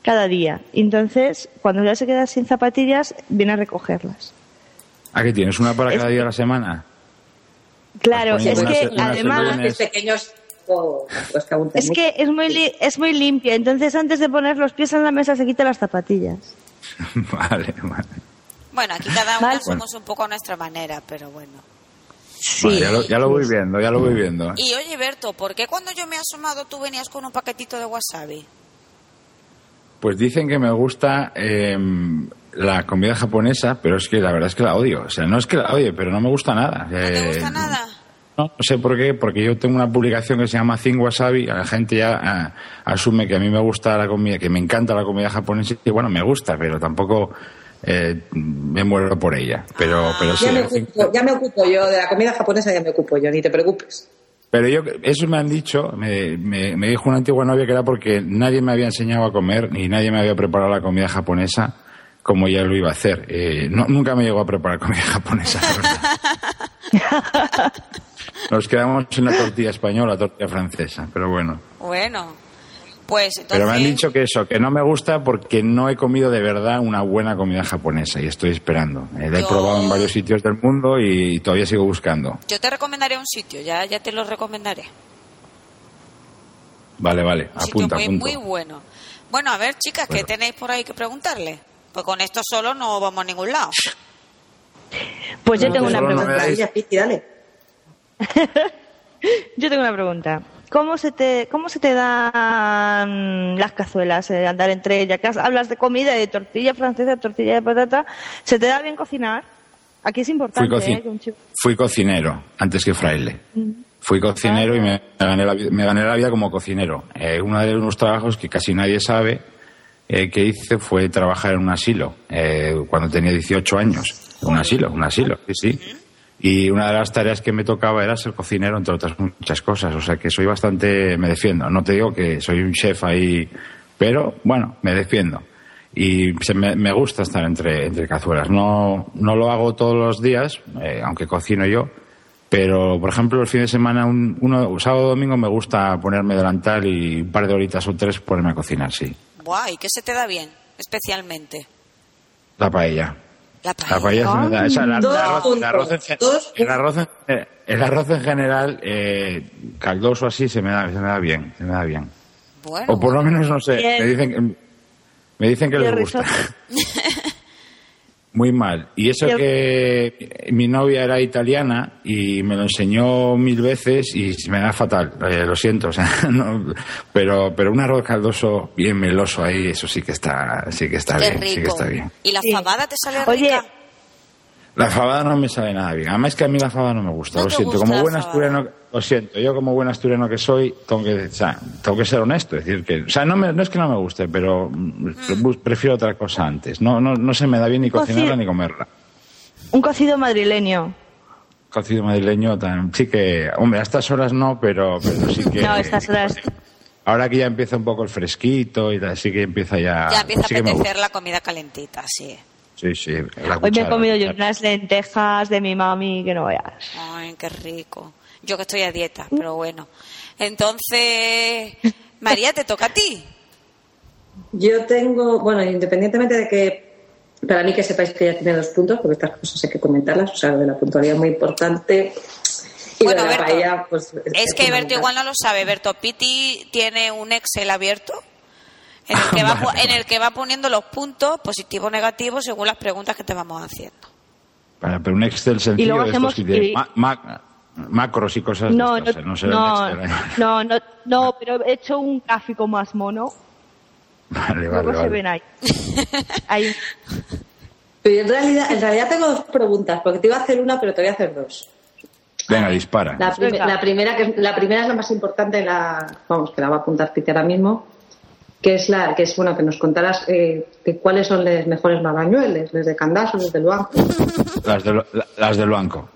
E: cada día. Entonces, cuando ya se queda sin zapatillas, viene a recogerlas.
G: ¿Ah, que tienes una para cada día de la semana? [laughs]
E: Claro,
G: Pues
E: es
G: una
E: que
G: se- una
E: además...
G: semana.
C: Los pequeños. oh, pues que aún
E: Es
C: tengo.
E: que es muy, li- es muy limpia, entonces antes de poner los pies en la mesa se quita las zapatillas.
G: vale, vale.
D: Bueno, aquí cada una
E: Vale.
D: somos un poco a nuestra manera, pero bueno.
G: Vale, ya, lo, ya lo voy viendo, ya lo voy viendo. ¿eh?
D: Y oye, Berto, ¿por qué cuando yo me he asomado tú venías con un paquetito de wasabi?
G: Pues dicen que me gusta eh, la comida japonesa, pero es que la verdad es que la odio. O sea, no es que la odie, pero no me gusta nada.
D: ¿No te
G: Eh,
D: gusta nada?
G: No, no sé por qué, porque yo tengo una publicación que se llama Zing Wasabi, la gente ya ah, asume que a mí me gusta la comida, que me encanta la comida japonesa, y bueno, me gusta, pero tampoco eh, me muero por ella. Pero, pero sí.
C: Ya me,
G: la Zing-
C: ocupo, ya me ocupo yo, de la comida japonesa ya me ocupo yo, ni te preocupes.
G: Pero yo, eso me han dicho, me, me- me dijo una antigua novia que era porque nadie me había enseñado a comer ni nadie me había preparado la comida japonesa como ya lo iba a hacer. Eh, no- nunca me llegó a preparar comida [laughs] japonesa. la verdad.
D: [laughs]
G: Nos quedamos en la tortilla española, tortilla francesa, pero bueno.
D: Bueno, pues entonces...
G: Pero me han dicho que eso, que no me gusta porque no he comido de verdad una buena comida japonesa y estoy esperando. Eh, la he
D: Yo-
G: probado en varios sitios del mundo y todavía sigo buscando.
D: Yo te recomendaré un sitio, ya, ya te lo recomendaré.
G: Vale, vale,
D: Un
G: apunta,
D: sitio muy,
G: apunta.
D: muy bueno. Bueno, a ver, chicas, ¿qué
G: Bueno.
D: tenéis por ahí que preguntarle? Pues con esto solo no vamos a ningún lado.
E: Pues yo
G: No,
E: tengo una
G: solo no me
E: pregunta.
G: Ahí.
C: Maravilla, Piti, dale.
E: Yo tengo una pregunta. ¿Cómo se te, cómo se te dan las cazuelas, eh, andar entre ellas? Que has- hablas de comida, de tortilla francesa, tortilla de patata. ¿Se te da bien cocinar? Aquí es
G: Fui,
E: importante,
G: cocin-
E: ¿eh? que un chico- Mm.
G: fui cocinero antes que fraile. Fui cocinero y
E: Ah.
G: me, me gané la, vi- me gané la vida como cocinero. Eh, uno de unos trabajos que casi nadie sabe eh, que hice fue trabajar en un asilo eh, cuando tenía 18 años. Un asilo, un asilo, sí, sí. Y una de las tareas que me tocaba era ser cocinero, entre otras muchas cosas. O sea que soy bastante, me defiendo. No te digo que soy un chef ahí, pero bueno, me defiendo. Y se me, me gusta estar entre, entre cazuelas. No, no lo hago todos los días, eh, aunque cocino yo. Pero, por ejemplo, el fin de semana, un, uno, un sábado o domingo, me gusta ponerme delantal y un par de horitas o tres ponerme a cocinar, sí.
D: Buah, ¿y qué se te da bien? Especialmente.
G: La paella.
D: La
G: La
D: paella.
G: paella se me da- o sea, la-
C: Dos
G: la arroz- el arroz en
C: puntos,
G: gen-
C: dos
G: el arroz en gen- el arroz en general, eh, caldoso así, se me, da, se me da bien, se me da bien.
D: Bueno,
G: O por lo menos, no sé,
E: Bien.
G: me dicen, que- me dicen que
E: Y el
G: les gusta.
E: risotto.
G: [laughs] Muy mal. Y eso
E: Y el-
G: que mi novia era italiana y me lo enseñó mil veces y se me da fatal. Eh, lo siento, o sea, [laughs] no, pero, pero un arroz caldoso bien meloso ahí, eso sí que está, sí que está
D: qué
G: bien, sí que
D: rico.
G: está bien.
D: ¿Y la
E: Sí.
D: fabada te sale
E: Oye,
D: rica?
G: La fabada no me sabe nada bien. Además que a mí la fabada no me gusta.
D: No
G: lo
D: te
G: siento,
D: gusta
G: como
D: la
G: buen
D: fabada.
G: asturiano, lo siento. Yo como buen asturiano que soy, tengo que, o sea, tengo que ser honesto, es decir que, o sea, no, me- no es que no me guste, pero mm, bu- prefiero otra cosa antes. No, no, no se me da bien ni
E: Cocina-
G: cocinarla ni comerla.
E: un cocido madrileño.
G: Cocido madrileño, tan, sí que, hombre, a estas horas no, pero, pero sí que.
E: No, estas horas.
G: Ahora que ya empieza un poco el fresquito y tal, sí que empieza ya.
D: ya empieza
G: Ah, sí
D: a
G: que me gusta.
D: apetecer la comida calentita, sí.
G: Sí, sí. la
E: Hoy me he
G: cuchara,
E: comido yo
G: la-
E: unas lentejas de mi mami que no veas.
D: Ay, qué rico. Yo que estoy a dieta, pero bueno. Entonces, María, te toca a ti.
C: Yo tengo, bueno, independientemente de que para mí que sepáis que ya tiene dos puntos, porque estas cosas hay que comentarlas, o sea, lo de la puntualidad es muy importante. Y
D: Bueno,
C: lo de la
D: Berto,
C: paella, pues.
D: Es que Berto
C: fundamental.
D: igual no lo sabe. Berto Pitti tiene un Excel abierto en el [laughs] que va, pu- en el que va poniendo los puntos positivos o negativos según las preguntas que te vamos haciendo.
G: Para, pero un Excel sencillo
E: luego
G: de estos
E: hacemos-
G: que tienen
E: y-
G: ma- ma- macros y cosas de
E: No,
G: estas,
E: no,
G: ¿eh? será un
E: no,
G: Excel, ¿eh? [laughs]
E: no, no, no, pero he hecho un gráfico más mono.
G: Vale, [laughs] vale,
E: Luego se
G: vale.
E: ven
G: [laughs]
E: ahí. Ahí.
C: Pero yo en realidad, en realidad tengo dos preguntas, porque te iba a hacer una, pero te voy a hacer dos.
G: Venga, dispara.
C: La, prim-
E: Venga.
C: la primera, que, la primera es la más importante, la, vamos, que la va a apuntar Piti ahora mismo, que es la que es bueno que nos contarás eh, que cuáles son los mejores magañueles, desde de Candaso, desde Luanco.
G: Las, de lo- la- las del banco.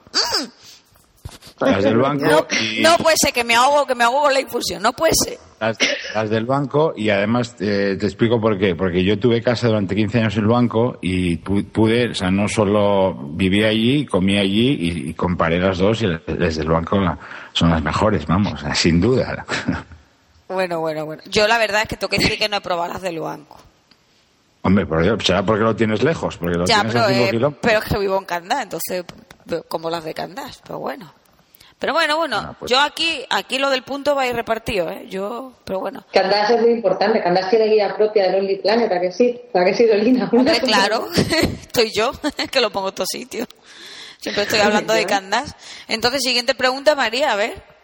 G: Las del banco y
D: No puede ser que me ahogo, que me ahogo con la infusión. No puede ser.
G: las, las del banco y además eh, te explico por qué, porque yo tuve casa durante 15 años en el banco y pu- pude, o sea, no solo viví allí, comí allí y, y comparé las dos y las del banco la- son las mejores, vamos, sin duda.
D: Bueno, bueno, bueno. Yo la verdad es que tengo que decir que no he probado las de Luanco.
G: Hombre, por Dios, será porque lo tienes lejos, porque lo
D: Ya,
G: tienes
D: pero,
G: a 5
D: eh, [laughs]
G: kilómetros.
D: pero es que vivo en Candás, entonces, p- como las de Candás, pero bueno. Pero bueno, bueno,
G: Ah, pues.
D: yo aquí, aquí lo del punto va a ir repartido, ¿eh? Yo, pero bueno.
C: Candás es muy importante, Candás tiene guía propia de Lonely Planet, ¿a que sí? ¿A que sí, Lolina?
D: Hombre, claro, [laughs] estoy yo, que lo pongo en todos sitios. Siempre estoy hablando de Candás. Entonces, siguiente pregunta, María, a ver. [laughs]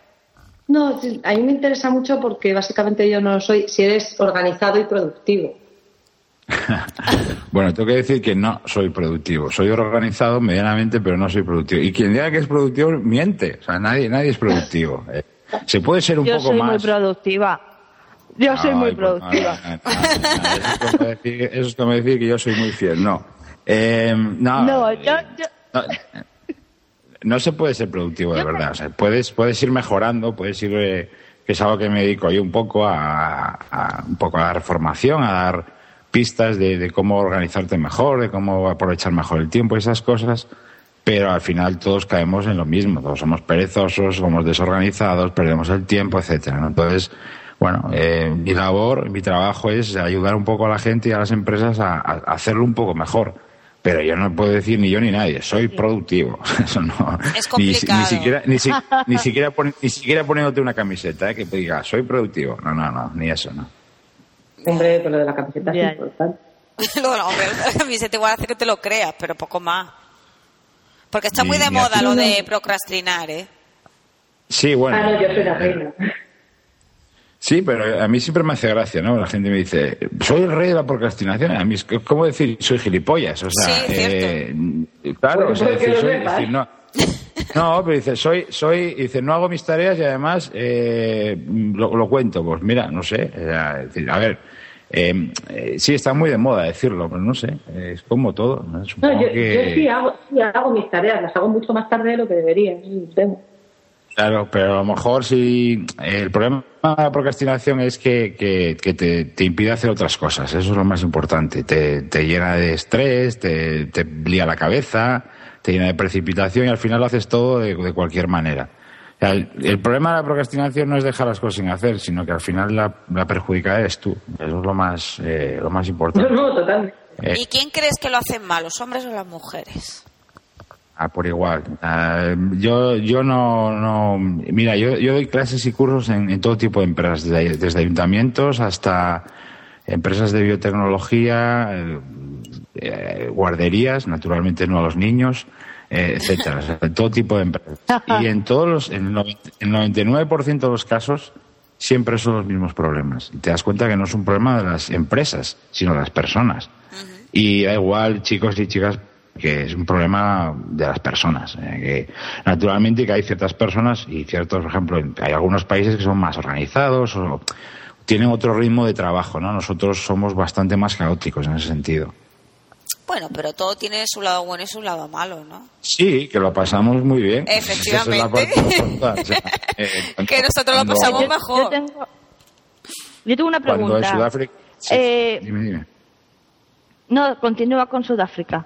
C: No, a mí me interesa mucho porque básicamente yo no soy, si eres organizado y productivo.
G: bueno, tengo que decir que no soy productivo. Soy organizado medianamente, pero no soy productivo. Y quien diga que es productivo miente. O sea, nadie, nadie es productivo. Eh, se puede ser un
E: Yo
G: poco
E: soy
G: más.
E: muy productiva. Yo soy muy
G: Ay, pues,
E: productiva.
G: no, no, no, no, Eso es como decir- eso es como decir que yo soy muy fiel. No. Eh, no,
E: No,
G: eh,
E: yo- yo-
G: no, eh, no se puede ser productivo, de verdad. O sea, puedes, puedes ir mejorando, puedes ir. eh, que es algo que me dedico yo un poco a, a- un poco a dar formación, a dar pistas de, de cómo organizarte mejor, de cómo aprovechar mejor el tiempo, esas cosas. Pero al final todos caemos en lo mismo. Todos somos perezosos, somos desorganizados, perdemos el tiempo, etcétera. ¿no? Entonces, bueno, eh, mi labor, mi trabajo es ayudar un poco a la gente y a las empresas a, a- a hacerlo un poco mejor. Pero yo no puedo decir ni yo ni nadie, soy productivo. [laughs] Eso no.
H: Es
G: Ni si- Ni,
H: complicado.
G: siquiera, ni,
H: [laughs]
G: si- ni siquiera poni- ni siquiera poniéndote una camiseta eh, que te diga, soy productivo. No, no, no, ni eso, no.
C: Hombre, por lo de la camiseta
E: Ya.
C: es importante.
H: Luego, no,
D: [laughs]
H: hombre, la camiseta igual hace que te lo creas, pero poco más. Porque está
G: Ni-
H: muy de
G: ni
H: moda
G: hace-
H: lo de procrastinar, ¿eh?
G: Sí, bueno.
C: Ah, no, yo soy una
G: eh,
C: reina.
G: Sí, pero a mí siempre me hace gracia, ¿no? La gente me dice, soy el rey de la procrastinación. A mí es que- ¿cómo decir, soy gilipollas. O sea,
H: Sí, cierto.
G: eh, claro, o sea,
C: Porque
G: decir,
C: lo
G: soy-
C: sepas.
G: decir, no. No, pero dice, soy, soy, dice, no hago mis tareas y además eh, lo, lo cuento. Pues mira, no sé. o sea, decir, a ver, eh, eh, sí, está muy de moda decirlo, pero no sé. eh, Es como todo. ¿no?
C: No,
G: Supongo
C: yo,
G: que-
C: yo sí, hago, sí hago mis tareas, las hago mucho más tarde de lo que debería. es un tema. [laughs]
G: Claro, pero a lo mejor si eh, el problema de la procrastinación es que, que- que te, te impide hacer otras cosas, eso es lo más importante. Te, te llena de estrés, te, te lía la cabeza, te llena de precipitación y al final lo haces todo de, de cualquier manera. O sea, el, el problema de la procrastinación no es dejar las cosas sin hacer, sino que al final la, la perjudicada eres tú. Eso es lo más, eh, lo más
C: No,
G: importante.
C: no, totalmente.
G: Eh,
H: ¿Y quién crees que lo hacen mal, los hombres o las mujeres?
G: Ah, por igual. Ah, yo, yo no, no. Mira, yo, yo doy clases y cursos en, en todo tipo de empresas, desde, desde ayuntamientos hasta empresas de biotecnología, eh, eh, guarderías, naturalmente no a los niños, eh, etcétera, O sea, todo tipo de empresas. Y en todos los, en el noventa- el 99% de los casos, siempre son los mismos problemas. Y te das cuenta que no es un problema de las empresas, sino de las personas. Y da igual, chicos y chicas, que es un problema de las personas. eh, que naturalmente que hay ciertas personas y ciertos, por ejemplo, en- hay algunos países que son más organizados o tienen otro ritmo de trabajo, ¿no? Nosotros somos bastante más caóticos en ese sentido.
H: Bueno, pero todo tiene su lado bueno y su lado malo, ¿no?
G: Sí, que lo pasamos muy bien.
H: Efectivamente.
G: Esa es la parte importante, o sea,
H: [laughs]
G: eh,
H: Que nosotros lo
G: cuando-
H: pasamos
E: yo,
H: mejor.
E: yo tengo, yo tengo una
G: Cuando
E: pregunta.
G: en Sudáfrica... sí,
E: Eh,
G: dime, dime.
E: No, continúa con Sudáfrica.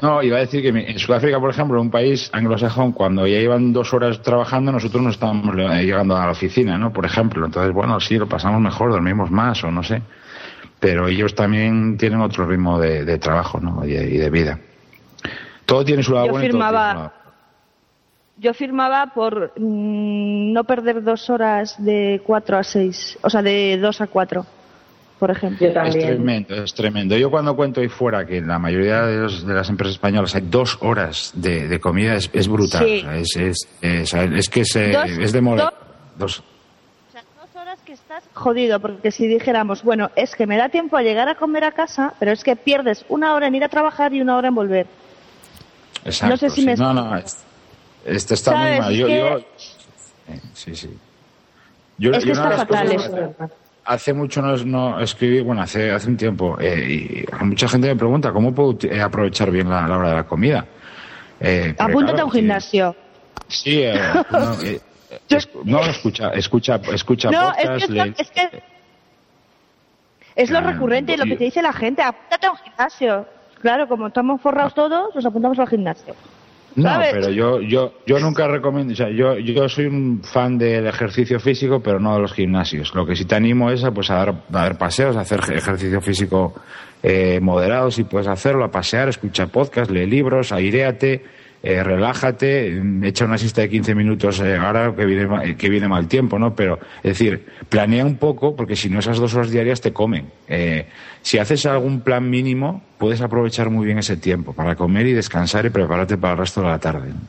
G: No, iba a decir que mi- en Sudáfrica, por ejemplo, un país anglosajón, cuando ya iban dos horas trabajando, nosotros no estábamos eh, llegando a la oficina, ¿no? Por ejemplo. Entonces, bueno, sí, lo pasamos mejor, dormimos más o no sé. Pero ellos también tienen otro ritmo de, de trabajo, ¿no? Y, y de vida. Todo tiene su lado
E: Yo
G: bueno y todo
E: firmaba-
G: tiene su lado-
E: Yo firmaba por mm, no perder dos horas de 4 a 6, o sea, de 2 a 4, por ejemplo.
C: Yo
G: Es
C: también.
G: tremendo, es tremendo. Yo cuando cuento ahí fuera que en la mayoría de, los- de las empresas españolas hay dos horas de, de comida, es, es brutal.
E: Sí.
G: O sea, es, es, es- es que es, eh,
E: Dos-
G: es demoledor. Dos-
E: O sea, dos horas que estás jodido, porque si dijéramos, bueno, es que me da tiempo a llegar a comer a casa, pero es que pierdes una hora en ir a trabajar y una hora en volver.
G: Exacto,
E: No sé si
G: sí.
E: me
G: No, no,
E: explico.
G: es- este está muy
E: ¿Sabes?
G: mal.
E: Es
G: Yo,
E: que-
G: yo- eh, sí, sí. Yo,
E: Es que
G: yo
E: está
G: una de las cosas-
E: fatal eso.
C: Eso.
G: Hace mucho no, es- no escribí, bueno, hace, hace un tiempo, eh, y mucha gente me pregunta cómo puedo uti- eh, aprovechar bien la, la hora de la comida. Eh, porque,
E: Apúntate
G: claro,
E: a un
G: sí.
E: gimnasio. [laughs]
G: Sí, eh, no, eh, es- no, escucha, escucha, escucha
E: No, es
G: podcast,
E: que es, lo,
G: lee-
E: es que- es lo
G: Ah,
E: recurrente y lo que
G: yo-
E: te dice la gente, apúntate a un gimnasio. Claro, como estamos
G: Ah.
E: forrados todos, nos apuntamos al gimnasio.
G: No,
E: ¿sabes?
G: pero yo, yo, yo nunca recomiendo, o sea, yo, yo soy un fan del ejercicio físico, pero no de los gimnasios. Lo que sí te animo es a, pues, a, dar, a dar paseos, a hacer ejercicio físico eh, moderado, si puedes hacerlo, a pasear, escucha podcast, lee libros, airéate, eh, relájate, mm, echa una siesta de 15 minutos eh, ahora que viene, ma- que viene mal tiempo, ¿no? Pero, es decir, planea un poco, porque si no esas dos horas diarias te comen. Eh, si haces algún plan mínimo, puedes aprovechar muy bien ese tiempo para comer y descansar y prepararte para el resto de la tarde. ¿no?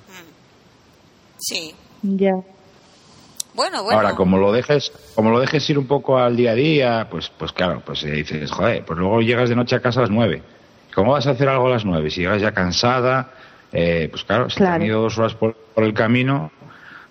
H: Sí.
E: Ya.
D: Bueno, bueno.
G: Ahora, como lo dejes, como lo dejes ir un poco al día a día, pues, pues claro, pues eh, dices, joder, pues luego llegas de noche a casa a las nueve. ¿Cómo vas a hacer algo a las nueve? Si llegas ya cansada, eh, pues claro, si
E: Claro.
G: has tenido dos horas por, por el camino,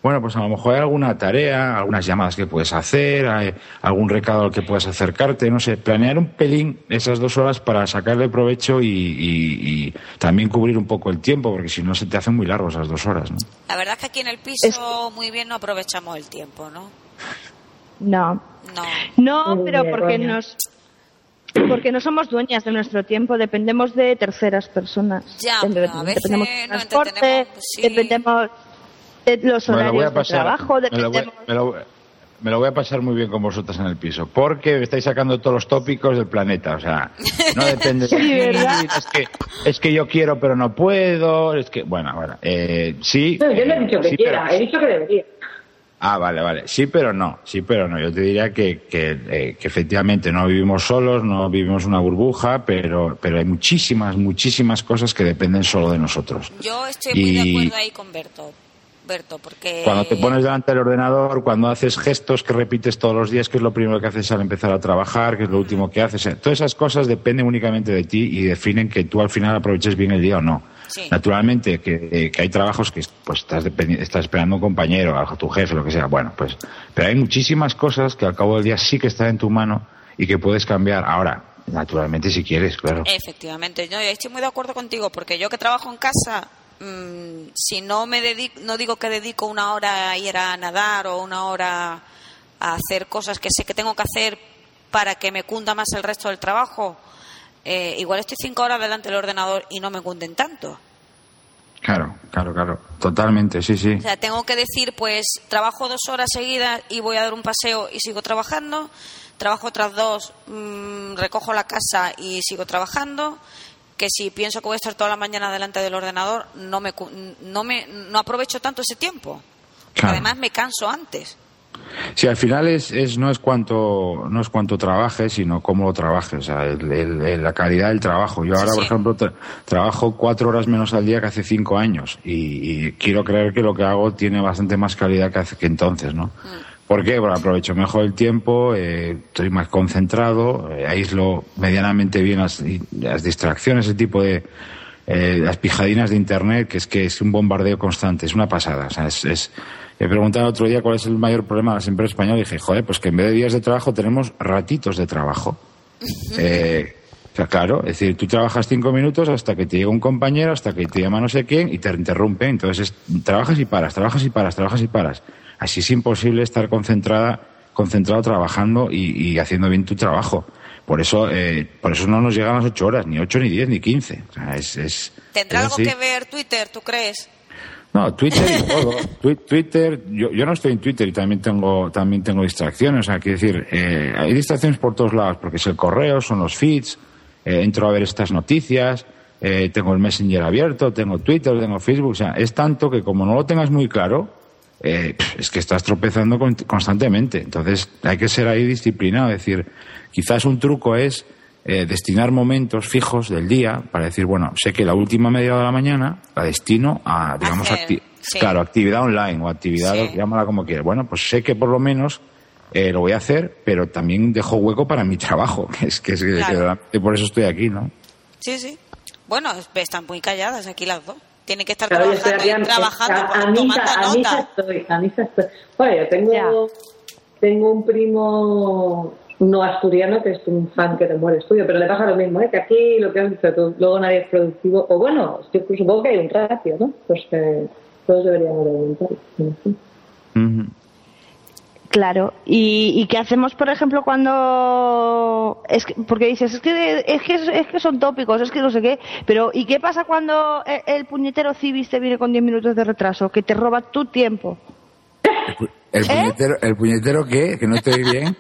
G: bueno, pues a lo mejor hay alguna tarea, algunas llamadas que puedes hacer, hay algún recado al que puedes acercarte, no sé, planear un pelín esas dos horas para sacarle provecho y, y- y también cubrir un poco el tiempo, porque si no se te hacen muy largo esas dos horas, ¿no?
D: La verdad es que aquí en el piso muy bien no aprovechamos el tiempo, ¿no?
E: No.
D: No.
E: No,
C: Muy
E: pero
C: bien,
E: porque
C: Goña.
E: nos porque no somos dueñas de nuestro tiempo, dependemos de terceras personas.
D: Ya,
E: Dep-
D: pero a veces
E: dependemos
D: nos
E: del transporte,
D: entretenemos, sí.
E: dependemos de los
G: Me lo voy a
E: horarios de
G: pasar.
E: trabajo,
G: me, lo voy,
E: dependemos.
G: me lo voy- me lo voy a pasar muy bien con vosotras en el piso, porque me estáis sacando todos los tópicos del planeta. O sea, no
E: [laughs]
G: depende de
E: Sí,
G: mí,
E: ¿verdad?
G: Es que, es que yo quiero, pero no puedo. Es que, bueno, bueno, eh, sí.
C: No, yo no
G: eh,
C: he dicho que
G: sí,
C: quiera,
G: pero-
C: he dicho que debería.
G: Ah, vale, vale. Sí, pero no. Sí, pero no. Yo te diría que, que, eh, que efectivamente no vivimos solos, no vivimos una burbuja, pero, pero hay muchísimas, muchísimas cosas que dependen solo de nosotros.
D: Yo estoy muy de
G: Y-
D: acuerdo ahí con Berto. Berto, porque.
G: Cuando te pones delante del ordenador, cuando haces gestos que repites todos los días, que es lo primero que haces al empezar a trabajar, que es lo último que haces, eh, todas esas cosas dependen únicamente de ti y definen que tú al final aproveches bien el día o no.
D: Sí.
G: Naturalmente, que, eh, que hay trabajos que pues, estás, dependi- estás esperando a un compañero, a tu jefe, lo que sea. Bueno, pues. Pero hay muchísimas cosas que al cabo del día sí que están en tu mano y que puedes cambiar ahora, naturalmente, si quieres, claro.
D: Eh, Efectivamente, no, yo estoy muy de acuerdo contigo, porque yo que trabajo en casa, mm, si no me dedico, no digo que dedico una hora a ir a nadar o una hora a hacer cosas que sé que tengo que hacer para que me cunda más el resto del trabajo, eh, igual estoy cinco horas delante del ordenador y no me cunden tanto.
G: Claro, claro, claro. Totalmente, sí, sí.
D: O sea, tengo que decir, pues trabajo dos horas seguidas y voy a dar un paseo y sigo trabajando. Trabajo otras dos, mm, recojo la casa y sigo trabajando. Que si pienso que voy a estar toda la mañana delante del ordenador, no me, cu- no me no aprovecho tanto ese tiempo. Porque
G: Claro.
D: Además, me canso antes.
G: Sí, al final es, es no es cuánto no es cuánto trabajes, sino cómo lo trabajes, o sea, el- el- el- la calidad del trabajo. Yo
D: Sí,
G: ahora, por
D: sí.
G: ejemplo, tra- trabajo cuatro horas menos al día que hace cinco años y, y quiero creer que lo que hago tiene bastante más calidad que hace que entonces, ¿no? ¿Por qué? Bueno, aprovecho mejor el tiempo, eh, estoy más concentrado, eh, aíslo medianamente bien las, las distracciones, ese tipo de eh, las pijadinas de internet, que es que es un bombardeo constante, es una pasada. O sea, es, es- Me preguntaba el otro día cuál es el mayor problema de las empresas españolas y dije, joder, pues que en vez de días de trabajo tenemos ratitos de trabajo. Eh, o sea, claro, es decir, tú trabajas cinco minutos hasta que te llega un compañero, hasta que te llama no sé quién y te interrumpe. Entonces, es- trabajas y paras, trabajas y paras, trabajas y paras. Así es imposible estar concentrada, concentrado trabajando y, y haciendo bien tu trabajo. Por eso, eh, por eso no nos llegan las ocho horas, ni ocho, ni diez, ni quince. O sea, es, es-
D: ¿Tendrá
G: es
D: algo
G: así.
D: que ver Twitter, tú crees?
G: No, Twitter y todo. Twi- Twitter, yo, yo no estoy en Twitter y también tengo, también tengo distracciones. O sea, quiero decir, eh, hay distracciones por todos lados, porque es el correo, son los feeds, eh, entro a ver estas noticias, eh, tengo el Messenger abierto, tengo Twitter, tengo Facebook. O sea, es tanto que como no lo tengas muy claro, eh, pf, es que estás tropezando con- constantemente. Entonces, hay que ser ahí disciplinado. Es decir, quizás un truco es eh, destinar momentos fijos del día para decir, bueno, sé que la última media hora de la mañana la destino a, digamos,
D: Hacer,
G: acti-
D: sí.
G: claro, actividad online o actividad,
D: Sí.
G: llámala como quieras. Bueno, pues sé que por lo menos eh, lo voy a hacer, pero también dejo hueco para mi [laughs] trabajo, que es que, es que-
D: Claro.
G: que realmente por eso estoy aquí, ¿no?
D: Sí, sí. Bueno, están muy calladas aquí las dos. Tienen que estar
C: Claro, yo estoy
D: trabajando,
C: aquí
D: y
C: a,
D: trabajando,
H: pues,
C: a, a misa,
D: tomando
C: a misa
D: nota.
C: estoy, a misa estoy. Bueno, yo tengo,
E: Ya.
C: tengo un primo no asturiano que es un fan que te mueres tuyo, pero le pasa lo mismo, ¿eh? que aquí lo que has dicho tú, luego nadie es productivo, o bueno, yo supongo que hay un ratio, ¿no? Pues que todos deberíamos de aumentar. en fin.
G: Ujú.
E: Claro, ¿Y, y qué hacemos, por ejemplo, cuando es que- porque dices es que es que es que son tópicos, es que no sé qué, pero ¿y qué pasa cuando e- el, puñetero civis te viene con 10 minutos de retraso, que te roba tu tiempo? ¿Eh?
G: El puñetero, ¿El puñetero qué? ¿Que no estoy
E: [laughs]
G: bien?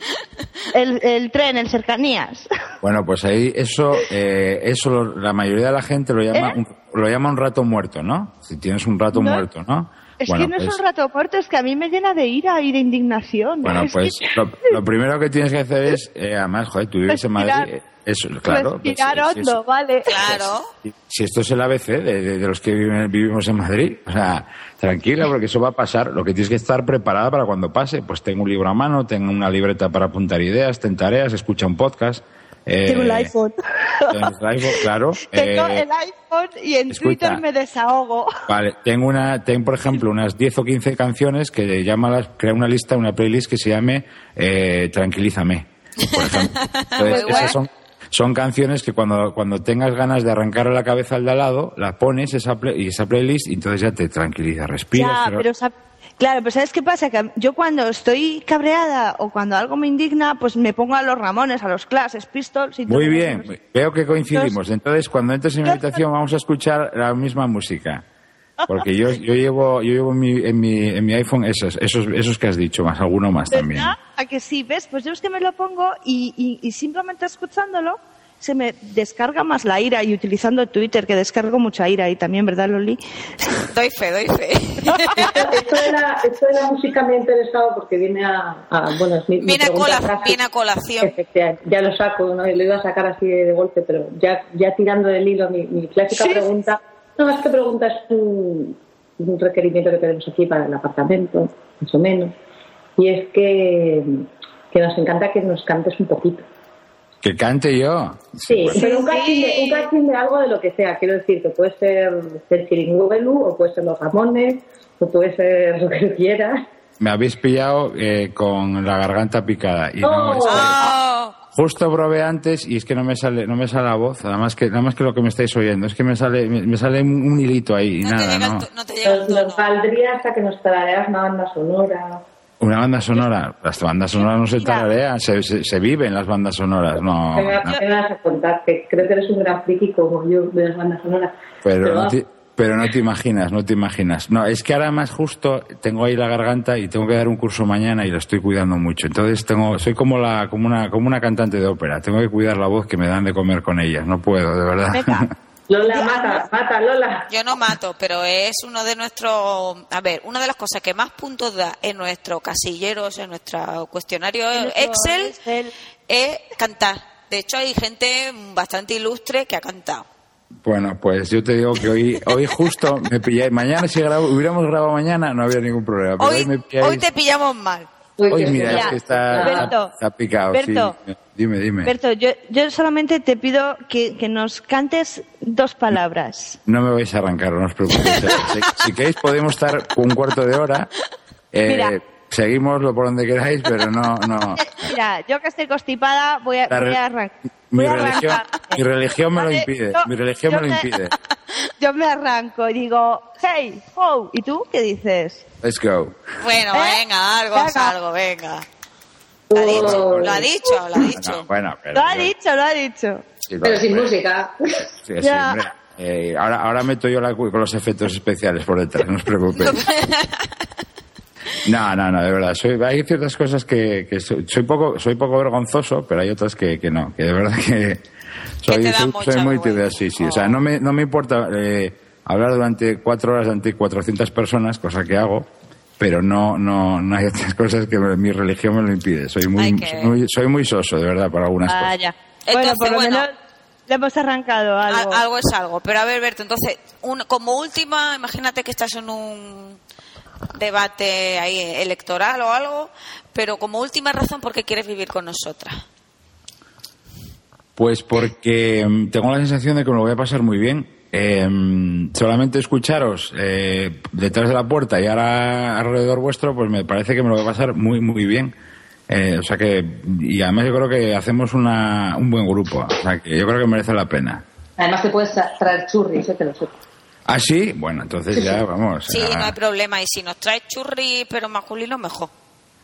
E: El, el tren, el cercanías. [laughs]
G: Bueno, pues ahí eso, eh, eso lo- la mayoría de la gente lo llama
E: ¿Eh?
G: un, lo llama un rato muerto, ¿no? Si tienes un rato
E: No.
G: muerto, ¿no?
E: Es
G: Bueno,
E: que no
G: pues-
E: es un rato muerto, es que a mí me llena de ira y de indignación.
G: Bueno,
E: Es
G: pues
E: que-
G: lo, lo primero que tienes que hacer es, eh, además, joder, tú vives en
E: Respirar.
G: Madrid, eh, eso, claro. pues,
E: Respirar
G: eh, si
E: hondo,
G: eso- [laughs]
E: ¿vale?
C: [laughs]
H: Claro.
G: Si esto es el ABC de, de- de los que viven- vivimos en Madrid, o sea, tranquila, porque eso va a pasar. Lo que tienes que estar preparada para cuando pase, pues tengo un libro a mano, tengo una libreta para apuntar ideas, ten tareas, escucha un podcast. eh,
E: Tengo el iPhone.
G: tienes el iPhone, claro.
E: [laughs] Tengo
G: eh,
E: el iPhone y en
G: escucha.
E: Twitter me
G: [laughs]
E: desahogo.
G: Vale, tengo una, tengo por ejemplo unas 10 o 15 canciones que llamalas, crea una lista, una playlist que se llame eh, Tranquilízame, por ejemplo. Entonces,
H: Muy
G: esas son, son canciones que cuando, cuando tengas ganas de arrancar la cabeza al de al lado, la pones esa play- y esa playlist y entonces ya te tranquiliza, respiras.
E: Ya,
G: pero-
E: pero sab- claro, pero ¿sabes qué pasa? Que a- yo cuando estoy cabreada o cuando algo me indigna, pues me pongo a los Ramones, a los Clash, Pistols y todo
G: Muy
E: eso. Pues
G: bien, veo que coincidimos. Entonces, cuando entres en mi habitación, vamos a escuchar la misma música. Porque yo, yo llevo, yo llevo en, mi, en, mi, en mi iPhone esos, esos, esos que has dicho, más alguno más
E: ¿Verdad?
G: también.
E: ¿A que sí? ¿Ves? Pues yo es que me lo pongo y, y- y simplemente escuchándolo se me descarga más la ira y utilizando Twitter, que descargo mucha ira y también, ¿verdad, Loli?
H: Doy fe, doy fe.
D: [laughs]
C: Esto de, la, esto de la música me ha interesado porque viene a. a- bueno, es mi, mi
H: Viene a,
C: pregunta
H: cola,
C: clásica.
H: viene a colación.
C: Efectivamente, ya lo saco, ¿no? lo iba a sacar así de, de golpe, pero ya, ya tirando del hilo, mi, mi clásica
E: Sí.
C: pregunta, no, es que pregunta es un, un requerimiento que tenemos aquí para el apartamento, más o menos, y es que, que nos encanta que nos cantes un poquito.
G: Que cante yo.
C: Sí, pero un casting, de, un cachín de algo de lo que sea, quiero decir, que puede ser el Chiringuelu, o puede ser los Ramones, o puede ser lo que quieras.
G: Me habéis pillado eh, con la garganta picada. Y no,
C: Oh.
G: es-
H: Oh,
G: justo probé antes y es que no me sale, no me sale la voz. Nada más que, nada más que lo que me estáis oyendo. Es que me sale, me, me sale un, un hilito ahí y
H: no, te
G: nada,
H: llega
G: ¿no?
H: el tu- no te llega el
C: Nos, nos
H: tono.
C: valdría hasta que nos traerás una banda sonora.
G: Una banda sonora. Las bandas sonoras no se
E: Mira.
G: tararean, se, se, se viven las bandas sonoras. No,
C: Me da
G: no.
C: pena a contar que creo que eres un gran friki como yo de las bandas sonoras.
G: Pero no,
C: vamos,
G: te, pero no te imaginas, no te imaginas. No, es que ahora más justo tengo ahí la garganta y tengo que dar un curso mañana y lo estoy cuidando mucho. Entonces tengo, soy como la, como una, como una cantante de ópera. Tengo que cuidar la voz que me dan de comer con ellas. No puedo, de verdad.
E: Venga.
C: Lola, mata, mata, Lola.
H: Yo no mato, pero es uno de nuestros. A ver, una de las cosas que más puntos da en nuestro casillero, o sea, en nuestro cuestionario Excel,
E: Excel.
H: es cantar. De hecho, hay gente bastante ilustre que ha cantado.
G: [laughs] Bueno, pues yo te digo que hoy, hoy justo me pilláis. Mañana si grabo, hubiéramos grabado mañana no había ningún problema. Pero hoy,
H: Hoy,
G: me pilláis.
H: hoy te pillamos mal.
C: Uy,
G: hoy
C: qué
G: mira, es
C: suena.
G: que está,
E: Berto,
G: está picado. sí.
E: Berto.
G: Dime, dime.
E: Berto, yo, yo solamente te pido que, que nos cantes dos palabras.
G: No me vais a arrancar, no os
E: [laughs]
G: preocupéis. Si, si queréis podemos estar un cuarto de hora. Eh,
E: Mira.
G: Seguimoslo por donde queráis, pero no, no.
E: Mira, yo que estoy constipada voy a,
G: La re-
E: voy a arran-
G: Mi
E: [laughs] voy a
G: religión,
E: arrancar.
G: mi religión me lo
E: Vale,
G: impide.
E: yo-
G: Mi religión
E: yo
G: me lo
E: me-
G: impide.
E: [laughs] Yo me arranco y digo, hey, ho, ¿y tú qué dices?
G: Let's go.
H: Bueno,
E: ¿Eh?
H: venga, algo, haz
E: Venga.
H: algo, venga. Lo ha dicho, lo ha dicho, lo ha
G: No,
H: dicho.
G: bueno, pero,
E: Lo ha dicho, lo ha dicho.
G: Sí,
C: Pero
G: vale,
C: sin
G: hombre.
C: música.
G: Sí, sí,
E: Ya.
G: hombre. Eh, ahora, ahora meto yo la cu- con los efectos especiales por detrás, no
H: [laughs]
G: os preocupéis. No, no, no, de verdad. Soy, hay ciertas cosas que, que soy, soy poco, soy poco vergonzoso, pero hay otras que, que no. Que de verdad que soy,
H: te dan
G: soy-
H: mucha
G: soy
H: vergüenza.
G: muy
H: Oh.
G: tímido, sí, sí. O sea, no me, no me importa eh, hablar durante cuatro horas ante 400 personas, cosa que hago, pero no, no, no hay otras [laughs] cosas que mi religión me lo impide. Soy muy,
H: Hay que
G: soy
H: ver.
G: muy, soy muy soso, de verdad, para algunas cosas.
E: Vaya. bueno,
H: Entonces,
E: por lo
H: bueno.
E: menos le hemos arrancado algo.
H: Al- algo es algo. Pero a ver, Berto, entonces, un- como última, imagínate que estás en un debate ahí electoral o algo, pero como última razón, ¿por qué quieres vivir con nosotras?
G: Pues porque mm, tengo la sensación de que me lo voy a pasar muy bien. Eh, mm, solamente escucharos eh, detrás de la puerta y ahora alrededor vuestro, pues me parece que me lo voy a pasar muy, muy bien. Eh, o sea que, y además yo creo que hacemos una, un buen grupo. O sea que yo creo que merece la pena.
C: Además te puedes tra- traer churris, yo te lo sé.
G: ¿Ah, sí? Bueno,
H: [laughs]
G: entonces ya vamos.
H: Sí,
G: ah,
H: no hay problema. Y si nos traes churri, pero masculino, mejor.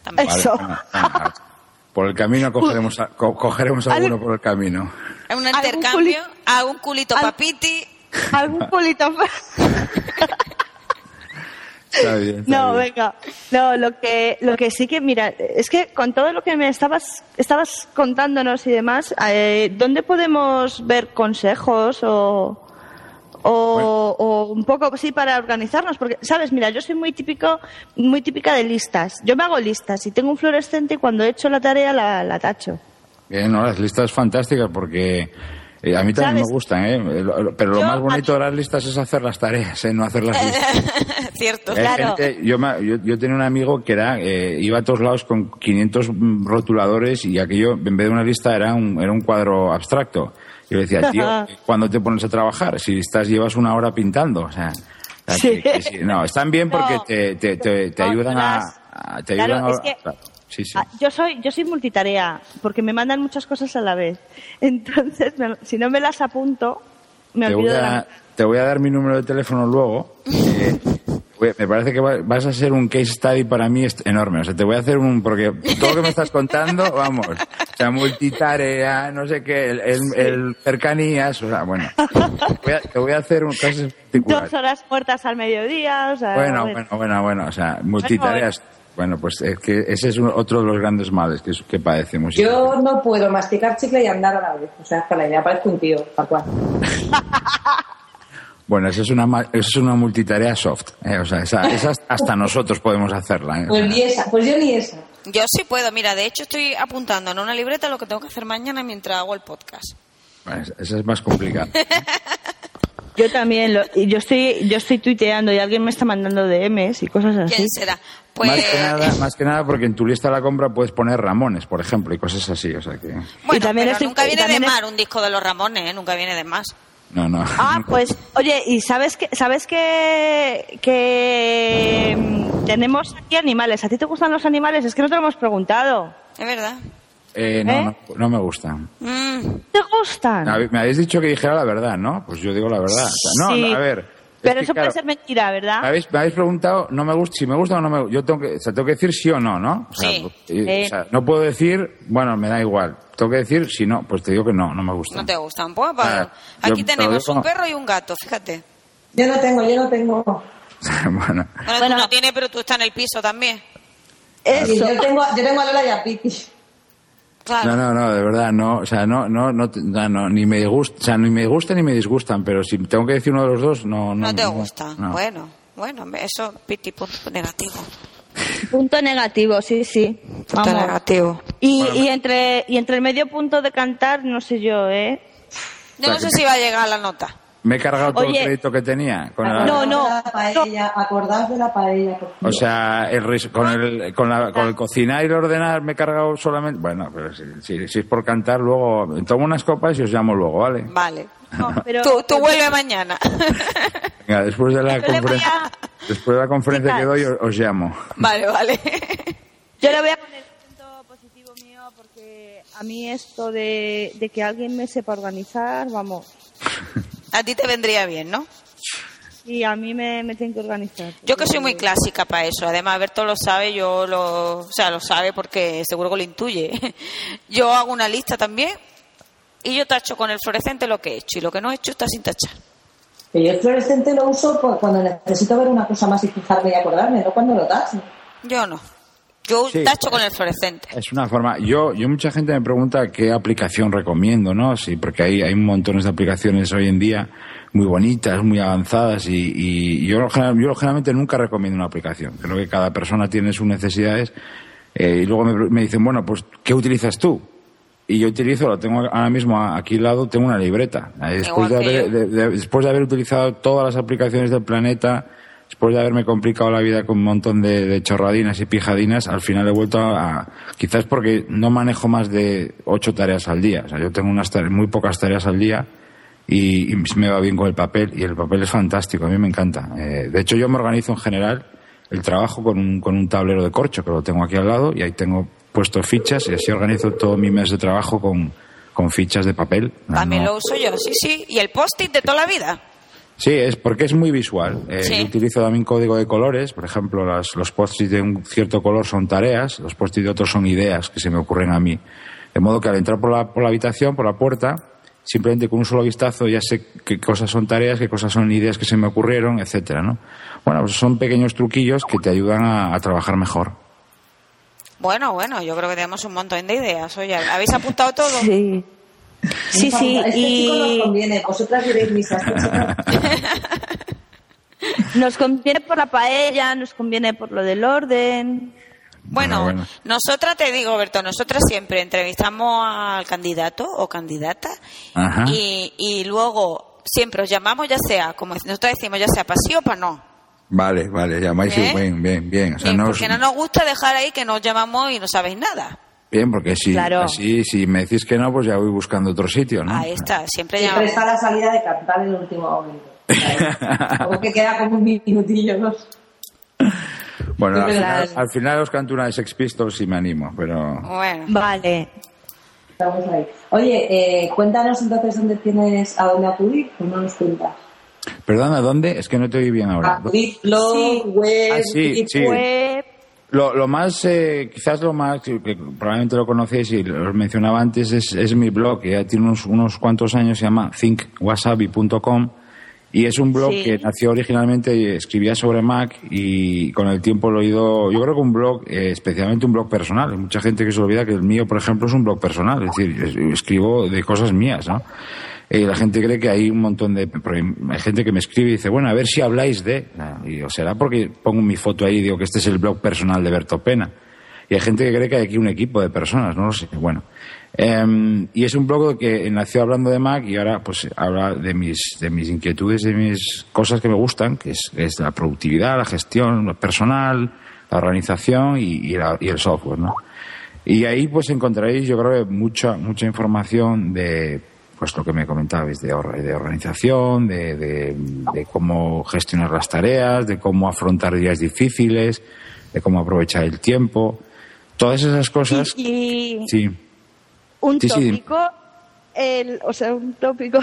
H: También.
G: vale,
E: Eso.
G: bueno, venga. por el camino cogeremos, a- co- cogeremos alguno por el camino.
H: Un
E: ¿Algún
H: intercambio, algún culito
E: al-
H: papiti.
E: [laughs]
H: [laughs]
E: Algún pulito.
G: Está bien, está
E: no,
G: bien.
E: venga. No, lo que, lo que sí que, mira, es que con todo lo que me estabas, estabas contándonos y demás, eh, ¿dónde podemos ver consejos o, o,
G: Pues-
E: o un poco sí para organizarnos porque sabes mira yo soy muy típico muy típica de listas yo me hago listas y tengo un fluorescente y cuando he hecho la tarea la, la tacho
G: Bien, no, las listas fantásticas porque eh, a mí también
E: ¿Sabes?
G: me gustan, ¿eh? Lo- lo- Pero lo
E: Yo,
G: más
E: a
G: bonito
E: mí-
G: de las listas es hacer las tareas, ¿eh? No
E: [laughs]
G: hacer las listas.
D: Cierto.
G: Hay
E: claro.
G: gente- yo, me- yo, yo tenía un amigo que era eh, iba a todos lados con 500 rotuladores y aquello, en vez de una lista, era un, era un cuadro abstracto. Yo le decía, tío,
E: [laughs]
G: ¿cuándo te pones a trabajar? Si estás, llevas una hora pintando. O sea, o sea,
E: Sí.
G: que- que sí. no, están bien
E: [laughs]
G: porque
E: No.
G: te, te, te, te
E: No,
G: ayudan a...
E: las-
G: a- Te
E: Claro,
G: ayudan a-
E: es que-
G: claro. Sí, sí.
E: Ah, Yo soy, yo soy multitarea, porque me mandan muchas cosas a la vez. [laughs] Entonces, me- si no me las apunto, me
G: te voy,
E: olvido de la
G: a, te voy a dar mi número de teléfono luego.
E: [laughs]
G: eh, voy- me parece que va- vas a ser un case study para mí est- enorme. O sea, te voy a hacer un... Porque todo lo que me
E: [laughs]
G: estás contando, vamos. O sea, multitarea, no sé qué, el, el- el cercanías, o sea, bueno. Voy a- te voy a hacer un caso particular.
E: Dos horas muertas al mediodía, o sea...
G: Bueno,
E: bueno.
G: bueno, bueno, bueno, o sea, multitareas. Bueno, pues es que ese es un- otro de los grandes males que, es- que padecemos.
I: Yo no puedo masticar chicle y andar a la vez. O sea, para la idea parezco un tío, tal cual.
G: Bueno, esa es una, ma- esa es una multitarea soft. eh, o sea, esa- esa hasta nosotros podemos hacerla. eh, o
I: Pues
G: sea.
I: ni esa, pues yo ni esa.
D: Yo sí puedo. Mira, de hecho estoy apuntando en una libreta lo que tengo que hacer mañana mientras hago el podcast.
G: Bueno, es- Esa es más
E: [laughs]
G: complicada.
E: Yo también, lo- y yo estoy, yo estoy tuiteando y alguien me está mandando DMs y cosas así.
D: ¿Quién será? Pues
G: Más, que nada, más que nada porque en tu lista de la compra puedes poner Ramones, por ejemplo, y cosas así. O sea que.
D: bueno,
E: Y también
D: pero
E: estoy-
D: nunca
E: y
D: viene
E: también
D: de
E: es-
D: mar un disco de los Ramones, ¿eh? nunca viene de más.
G: No, no. [laughs]
E: Ah, pues, oye, y sabes que, sabes que, que mm, tenemos aquí animales. ¿A ti te gustan los animales? Es que no te lo hemos preguntado.
D: Es verdad.
G: Eh, no,
E: ¿eh?
G: no, no me gusta.
D: Mm,
E: ¿Te gustan?
G: Hab- Me habéis dicho que dijera la verdad, ¿no? Pues yo digo la verdad. O sea, no,
E: Sí.
G: no, a ver. es
E: Pero
G: que,
E: eso
G: claro,
E: puede ser mentira, ¿verdad?
G: me habéis, me habéis preguntado no me gusta, si me gusta o no me gusta. Yo tengo que, o sea, tengo que decir sí o no, ¿no? O sea,
D: Sí.
G: pues, eh,
E: Sí.
G: o sea, no puedo decir, bueno, me da igual. Tengo que decir si no, pues te digo que no, no me gusta.
D: no
G: [laughs]
D: te gustan. Pues,
G: Claro. Ah, Yo-
D: Aquí
G: pero
D: tenemos
G: yo
D: un
G: como-
D: perro y un gato, fíjate.
I: Yo no tengo, yo no tengo.
G: bueno,
D: Bueno,
E: Bueno.
D: tú no tienes, pero tú estás en el piso también.
I: Sí,
E: Eso.
I: yo tengo. Yo tengo a Lola y a Piti.
D: Claro.
G: No, no, no, de verdad, no, o sea, no, no, no, no, no, ni me gusta, o sea, ni me gustan ni me disgustan, pero si tengo que decir uno de los dos, no, no.
D: No te
G: no,
D: gusta.
G: no.
D: Bueno, bueno, eso, piti, punto negativo.
E: Punto negativo, sí, sí.
D: Punto
E: Vamos.
D: negativo.
E: Y, y entre y entre el medio punto de cantar, no sé yo, ¿eh?
D: Yo no sé si va a llegar la nota.
G: Me he cargado todo
E: Oye.
G: el crédito que tenía. Con la-
E: No, no,
I: Acordaos de la paella, acordaos de la paella. por favor.
G: O sea, el ris- con, el, con, la- con el cocinar y el ordenar me he cargado solamente. Bueno, pero si, si- si es por cantar, luego tomo unas copas y os llamo luego, ¿vale?
D: Vale.
G: [laughs]
E: No, pero
D: tú tú vuelve mañana. [laughs]
G: Venga, después de la
E: Yo le voy
G: conferencia, después de la conferencia que
E: Chicas.
G: doy, os, os llamo.
D: vale, vale.
E: yo le voy a poner un Eh, punto positivo mío porque a mí esto de, de que alguien me sepa organizar, vamos,
D: A ti te vendría bien, ¿no?
E: y a mí me, me tienen que organizar.
D: Yo que soy muy clásica para eso. Además, Berto lo sabe, yo lo... O sea, lo sabe porque seguro que lo intuye. [laughs] Yo hago una lista también y yo tacho con el fluorescente lo que he hecho y lo que no he hecho está sin tachar.
I: Que yo el fluorescente lo uso pues, cuando necesito ver una cosa más y fijarme y acordarme, no cuando lo tacho.
D: Yo no. Yo
G: Sí,
D: tacho
G: pues.
D: con el fluorescente.
G: Es una forma. Yo, yo mucha gente me pregunta qué aplicación recomiendo, ¿no? Sí, porque hay, hay montones de aplicaciones hoy en día muy bonitas, muy avanzadas y, y yo, lo general- yo generalmente nunca recomiendo una aplicación. Creo que cada persona tiene sus necesidades eh, y luego me, pre- me dicen, bueno, pues ¿qué utilizas tú? Y yo utilizo, lo tengo ahora mismo a- aquí al lado, tengo una libreta. Eh,
D: Igual
G: Después de,
D: que
G: haber,
D: yo.
G: de- de- después de haber utilizado todas las aplicaciones del planeta, después de haberme complicado la vida con un montón de, de chorradinas y pijadinas, al final he vuelto a, a- Quizás porque no manejo más de ocho tareas al día. O sea, yo tengo unas tareas- muy pocas tareas al día y, y me va bien con el papel. Y el papel es fantástico, a mí me encanta. Eh, de hecho, yo me organizo en general el trabajo con un, con un tablero de corcho que lo tengo aquí al lado y ahí tengo puesto fichas y así organizo todo mi mes de trabajo con, con fichas de papel. No,
D: También
G: no-
D: lo uso yo, sí, sí. Y el post-it de toda la vida.
G: Sí, es porque es muy visual. Eh,
D: Sí.
G: Yo utilizo también código de colores. Por ejemplo, las- los post-it de un cierto color son tareas, los post-it de otros son ideas que se me ocurren a mí. De modo que al entrar por la, por la habitación, por la puerta, simplemente con un solo vistazo ya sé qué cosas son tareas, qué cosas son ideas que se me ocurrieron, etcétera, ¿no? Bueno, pues son pequeños truquillos que te ayudan a, a trabajar mejor.
D: Bueno, bueno, yo creo que tenemos un montón de ideas. Oye, ¿habéis apuntado todo?
E: Sí. Sí,
I: Vamos,
E: sí,
I: a este chico nos
E: y
I: conviene. Vosotras diréis este misas.
G: [laughs]
E: nos conviene por la paella, nos conviene por lo del orden.
D: Bueno,
G: Bueno, bueno.
D: nosotras te digo, Berto, nosotras siempre entrevistamos al candidato o candidata
G: Ajá.
D: y, y luego siempre os llamamos, ya sea, como nosotros decimos, ya sea para sí o para no.
G: Vale, vale, llamáis y
D: ¿Eh?
G: bien, bien, bien. O sea,
D: Eh,
G: no os-
D: porque no nos gusta dejar ahí que nos llamamos y no sabéis nada.
G: Bien, porque si,
E: Claro.
G: así, si me decís que no, pues ya voy buscando otro sitio, ¿no?
D: Ahí está, siempre
I: Siempre
D: llamamos.
I: está la salida de cantar en el último momento. Como que queda como un minutillo, ¿no?
G: Bueno, al final,
E: Claro.
G: al final os canto una de Sex Pistols y me animo, pero...
D: Bueno,
E: Vale.
I: Estamos ahí. Oye, eh, cuéntanos entonces dónde tienes, a dónde acudir, pues no nos cuentas.
G: Perdón, ¿a dónde? Es que no te oí bien ahora.
I: Acudir, blog,
E: Sí.
I: web,
G: Ah, sí, sí.
E: Web,
G: Lo, lo más, eh, quizás lo más, que que probablemente lo conocéis y lo mencionaba antes, es, es mi blog, que ya tiene unos, unos cuantos años, se llama thinkwasabi.com y es un blog
E: Sí.
G: que nació originalmente, y escribía sobre Mac y con el tiempo lo he ido, yo creo que un blog, eh, especialmente un blog personal, hay mucha gente que se olvida que el mío, por ejemplo, es un blog personal, es decir, es- escribo de cosas mías, ¿no? Eh, la gente cree que hay un montón de... porque Hay gente que me escribe y dice, bueno, a ver si habláis de... Ah, Y digo, será porque pongo mi foto ahí y digo que este es el blog personal de Berto Pena. Y hay gente que cree que hay aquí un equipo de personas, no lo sé. Bueno, Em, y es un blog que nació hablando de Mac y ahora pues habla de mis, de mis inquietudes, de mis cosas que me gustan, que es, es la productividad, la gestión lo personal, la organización y, y la- y el software, ¿no? Y ahí pues encontraréis, yo creo, que mucha, mucha información de pues lo que me comentabais, de, or- de organización, de, de- de cómo gestionar las tareas, de cómo afrontar días difíciles, de cómo aprovechar el tiempo, todas esas cosas.
E: y, y
G: Sí.
E: un
G: Sí, sí, dime.
E: tópico, el, o sea, un tópico.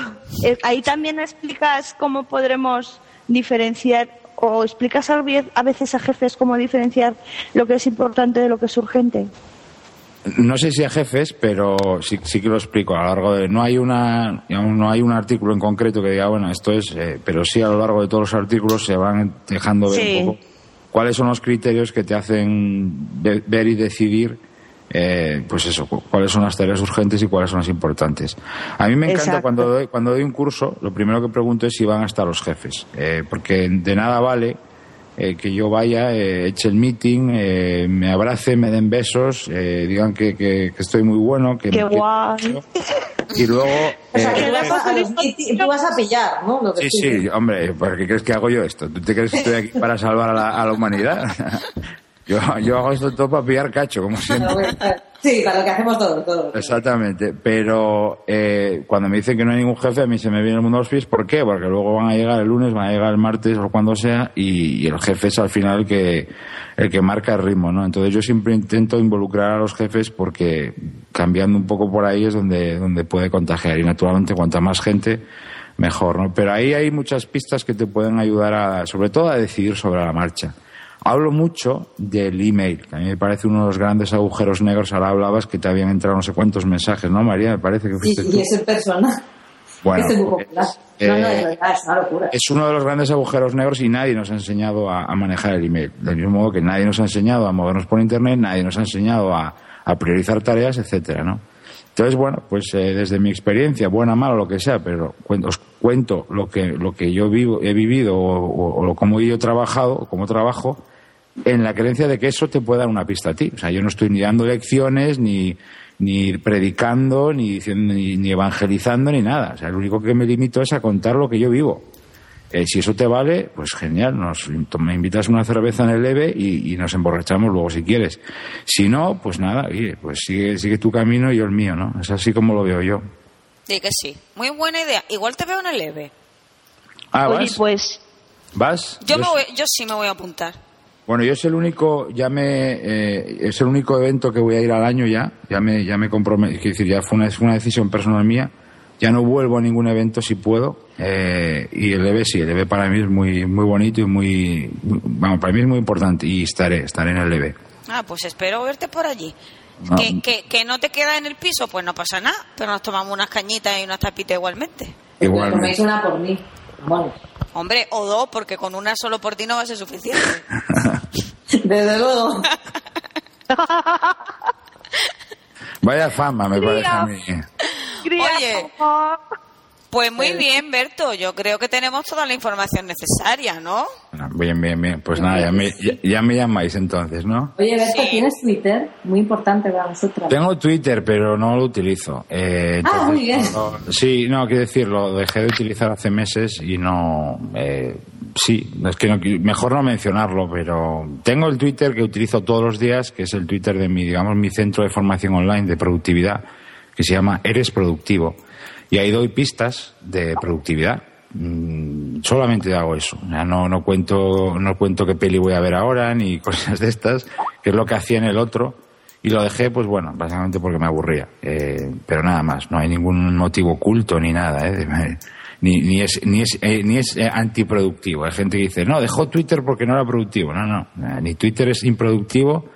E: Eh, Ahí también explicas cómo podremos diferenciar o explicas a vie- a veces a jefes cómo diferenciar lo que es importante de lo que es urgente.
G: No sé si a jefes, pero sí, sí que lo explico a lo largo de... No hay, una, digamos, no hay un artículo en concreto que diga, bueno, esto es... eh, pero sí a lo largo de todos los artículos se van dejando ver
E: Sí.
G: un poco cuáles son los criterios que te hacen ve- ver y decidir, eh, pues eso, cu- cuáles son las tareas urgentes y cuáles son las importantes. A mí me encanta
E: Exacto.
G: cuando doy, cuando doy un curso, lo primero que pregunto es si van hasta los jefes, eh, porque de nada vale eh, que yo vaya, eh, eche el meeting, eh, me abrace, me den besos, eh, digan que, que- que estoy muy bueno, que
E: Qué
G: me quieren
E: guay.
G: mucho, y luego
I: O sea,
G: eh,
I: que vas a, a los meetings- tú vas a pillar, ¿no? Lo que
G: Sí,
I: tú-
G: sí, hombre, ¿por qué crees que hago yo esto? ¿Tú te crees que estoy aquí para salvar a la, a la humanidad? [laughs] Yo, yo hago esto todo para pillar cacho, como siempre. [laughs]
I: Pero bueno,
C: eh,
I: Sí, para lo que hacemos todo, todo.
G: Exactamente, pero eh, cuando me dicen que no hay ningún jefe, a mí se me viene el mundo a los pies. ¿Por qué? Porque luego van a llegar el lunes, van a llegar el martes o cuando sea, y, y el jefe es al final el que, el que marca el ritmo, ¿no? Entonces yo siempre intento involucrar a los jefes porque cambiando un poco por ahí es donde, donde puede contagiar. Y naturalmente, cuanta más gente, mejor, ¿no? Pero ahí hay muchas pistas que te pueden ayudar, a, sobre todo, a decidir sobre la marcha. Hablo mucho del email, que a mí me parece uno de los grandes agujeros negros. Ahora hablabas que te habían entrado no sé cuántos mensajes, ¿no, María? Me parece que fuiste
I: Y,
G: tú.
I: y ese
C: [laughs]
I: personaje.
G: Bueno,
I: este es muy popular.
G: eh,
I: no, no, es verdad, es una locura.
G: es uno de los grandes agujeros negros y nadie nos ha enseñado a, a manejar el email. Del mismo modo que nadie nos ha enseñado a movernos por internet, nadie nos ha enseñado a, a priorizar tareas, etcétera, ¿no? Entonces, bueno, pues eh, desde mi experiencia, buena, mala, lo que sea, pero cuento- os cuento lo que, lo que yo vivo, he vivido o, o- o lo- cómo yo he trabajado, cómo trabajo, en la creencia de que eso te puede dar una pista a ti. O sea, yo no estoy ni dando lecciones, ni, ni predicando, ni, diciendo- ni, ni evangelizando, ni nada. O sea, lo único que me limito es a contar lo que yo vivo. Eh, si eso te vale, pues genial, nos, me invitas una cerveza en el leve y, y nos emborrachamos luego si quieres. Si no, pues nada, oye, pues sigue, sigue tu camino y yo el mío, ¿no? Es así como lo veo yo.
D: di que sí. Muy buena idea. Igual te veo en el E leve.
G: Ah,
E: Oye,
G: ¿vas?
E: pues
G: ¿Vas?
D: Yo, me
G: Yo-
D: voy- yo sí me voy a apuntar.
G: Bueno, yo es el único, ya me, eh, es el único evento que voy a ir al año ya, ya me, ya me comprometí, quiero decir, ya fue una, fue una decisión personal mía, ya no vuelvo a ningún evento si puedo, eh, y el EB sí, el EB para mí es muy, muy bonito y muy, muy- vamos, para mí es muy importante y estaré, estaré en el EB.
D: Ah, pues espero verte por allí.
G: Ah.
D: Que, que, que no te quedas en el piso, pues no pasa nada, pero nos tomamos unas cañitas y unas tapitas igualmente.
G: Igual.
I: Coméis una por mí. Bueno,
D: Hombre, o dos, porque con una solo por ti no va a ser suficiente.
H: [laughs]
I: desde luego.
G: Vaya fama, me parece a mí.
E: días.
H: Oye.
E: amor.
H: Pues muy bien, Berto. Yo creo que tenemos toda la información necesaria, ¿no?
G: Bueno, Bien, bien, bien. Pues nada, ya me, ya- ya me llamáis entonces, ¿no?
I: Oye, Berta,
H: Sí.
I: ¿tienes Twitter? Muy importante para nosotras.
G: Tengo Twitter, pero no lo utilizo. Eh,
I: Ah,
G: entonces,
I: muy bien.
G: no- sí, no, quiero decir, lo dejé de utilizar hace meses y no... eh, sí, es que no qui- mejor no mencionarlo, pero tengo el Twitter que utilizo todos los días, que es el Twitter de mi, digamos, mi centro de formación online de productividad, que se llama Eres Productivo. Y ahí doy pistas de productividad. Mm, solamente hago eso. O sea, no, no cuento, no cuento qué peli voy a ver ahora, ni [laughs] cosas de estas, que es lo que hacía en el otro. Y lo dejé, pues bueno, básicamente porque me aburría. Eh, pero nada más, no hay ningún motivo oculto ni nada. ¿eh? [laughs] Ni, ni es, ni es, eh, ni es eh, antiproductivo. Hay gente que dice, no, dejó Twitter porque no era productivo. No, no, eh, ni Twitter es improductivo,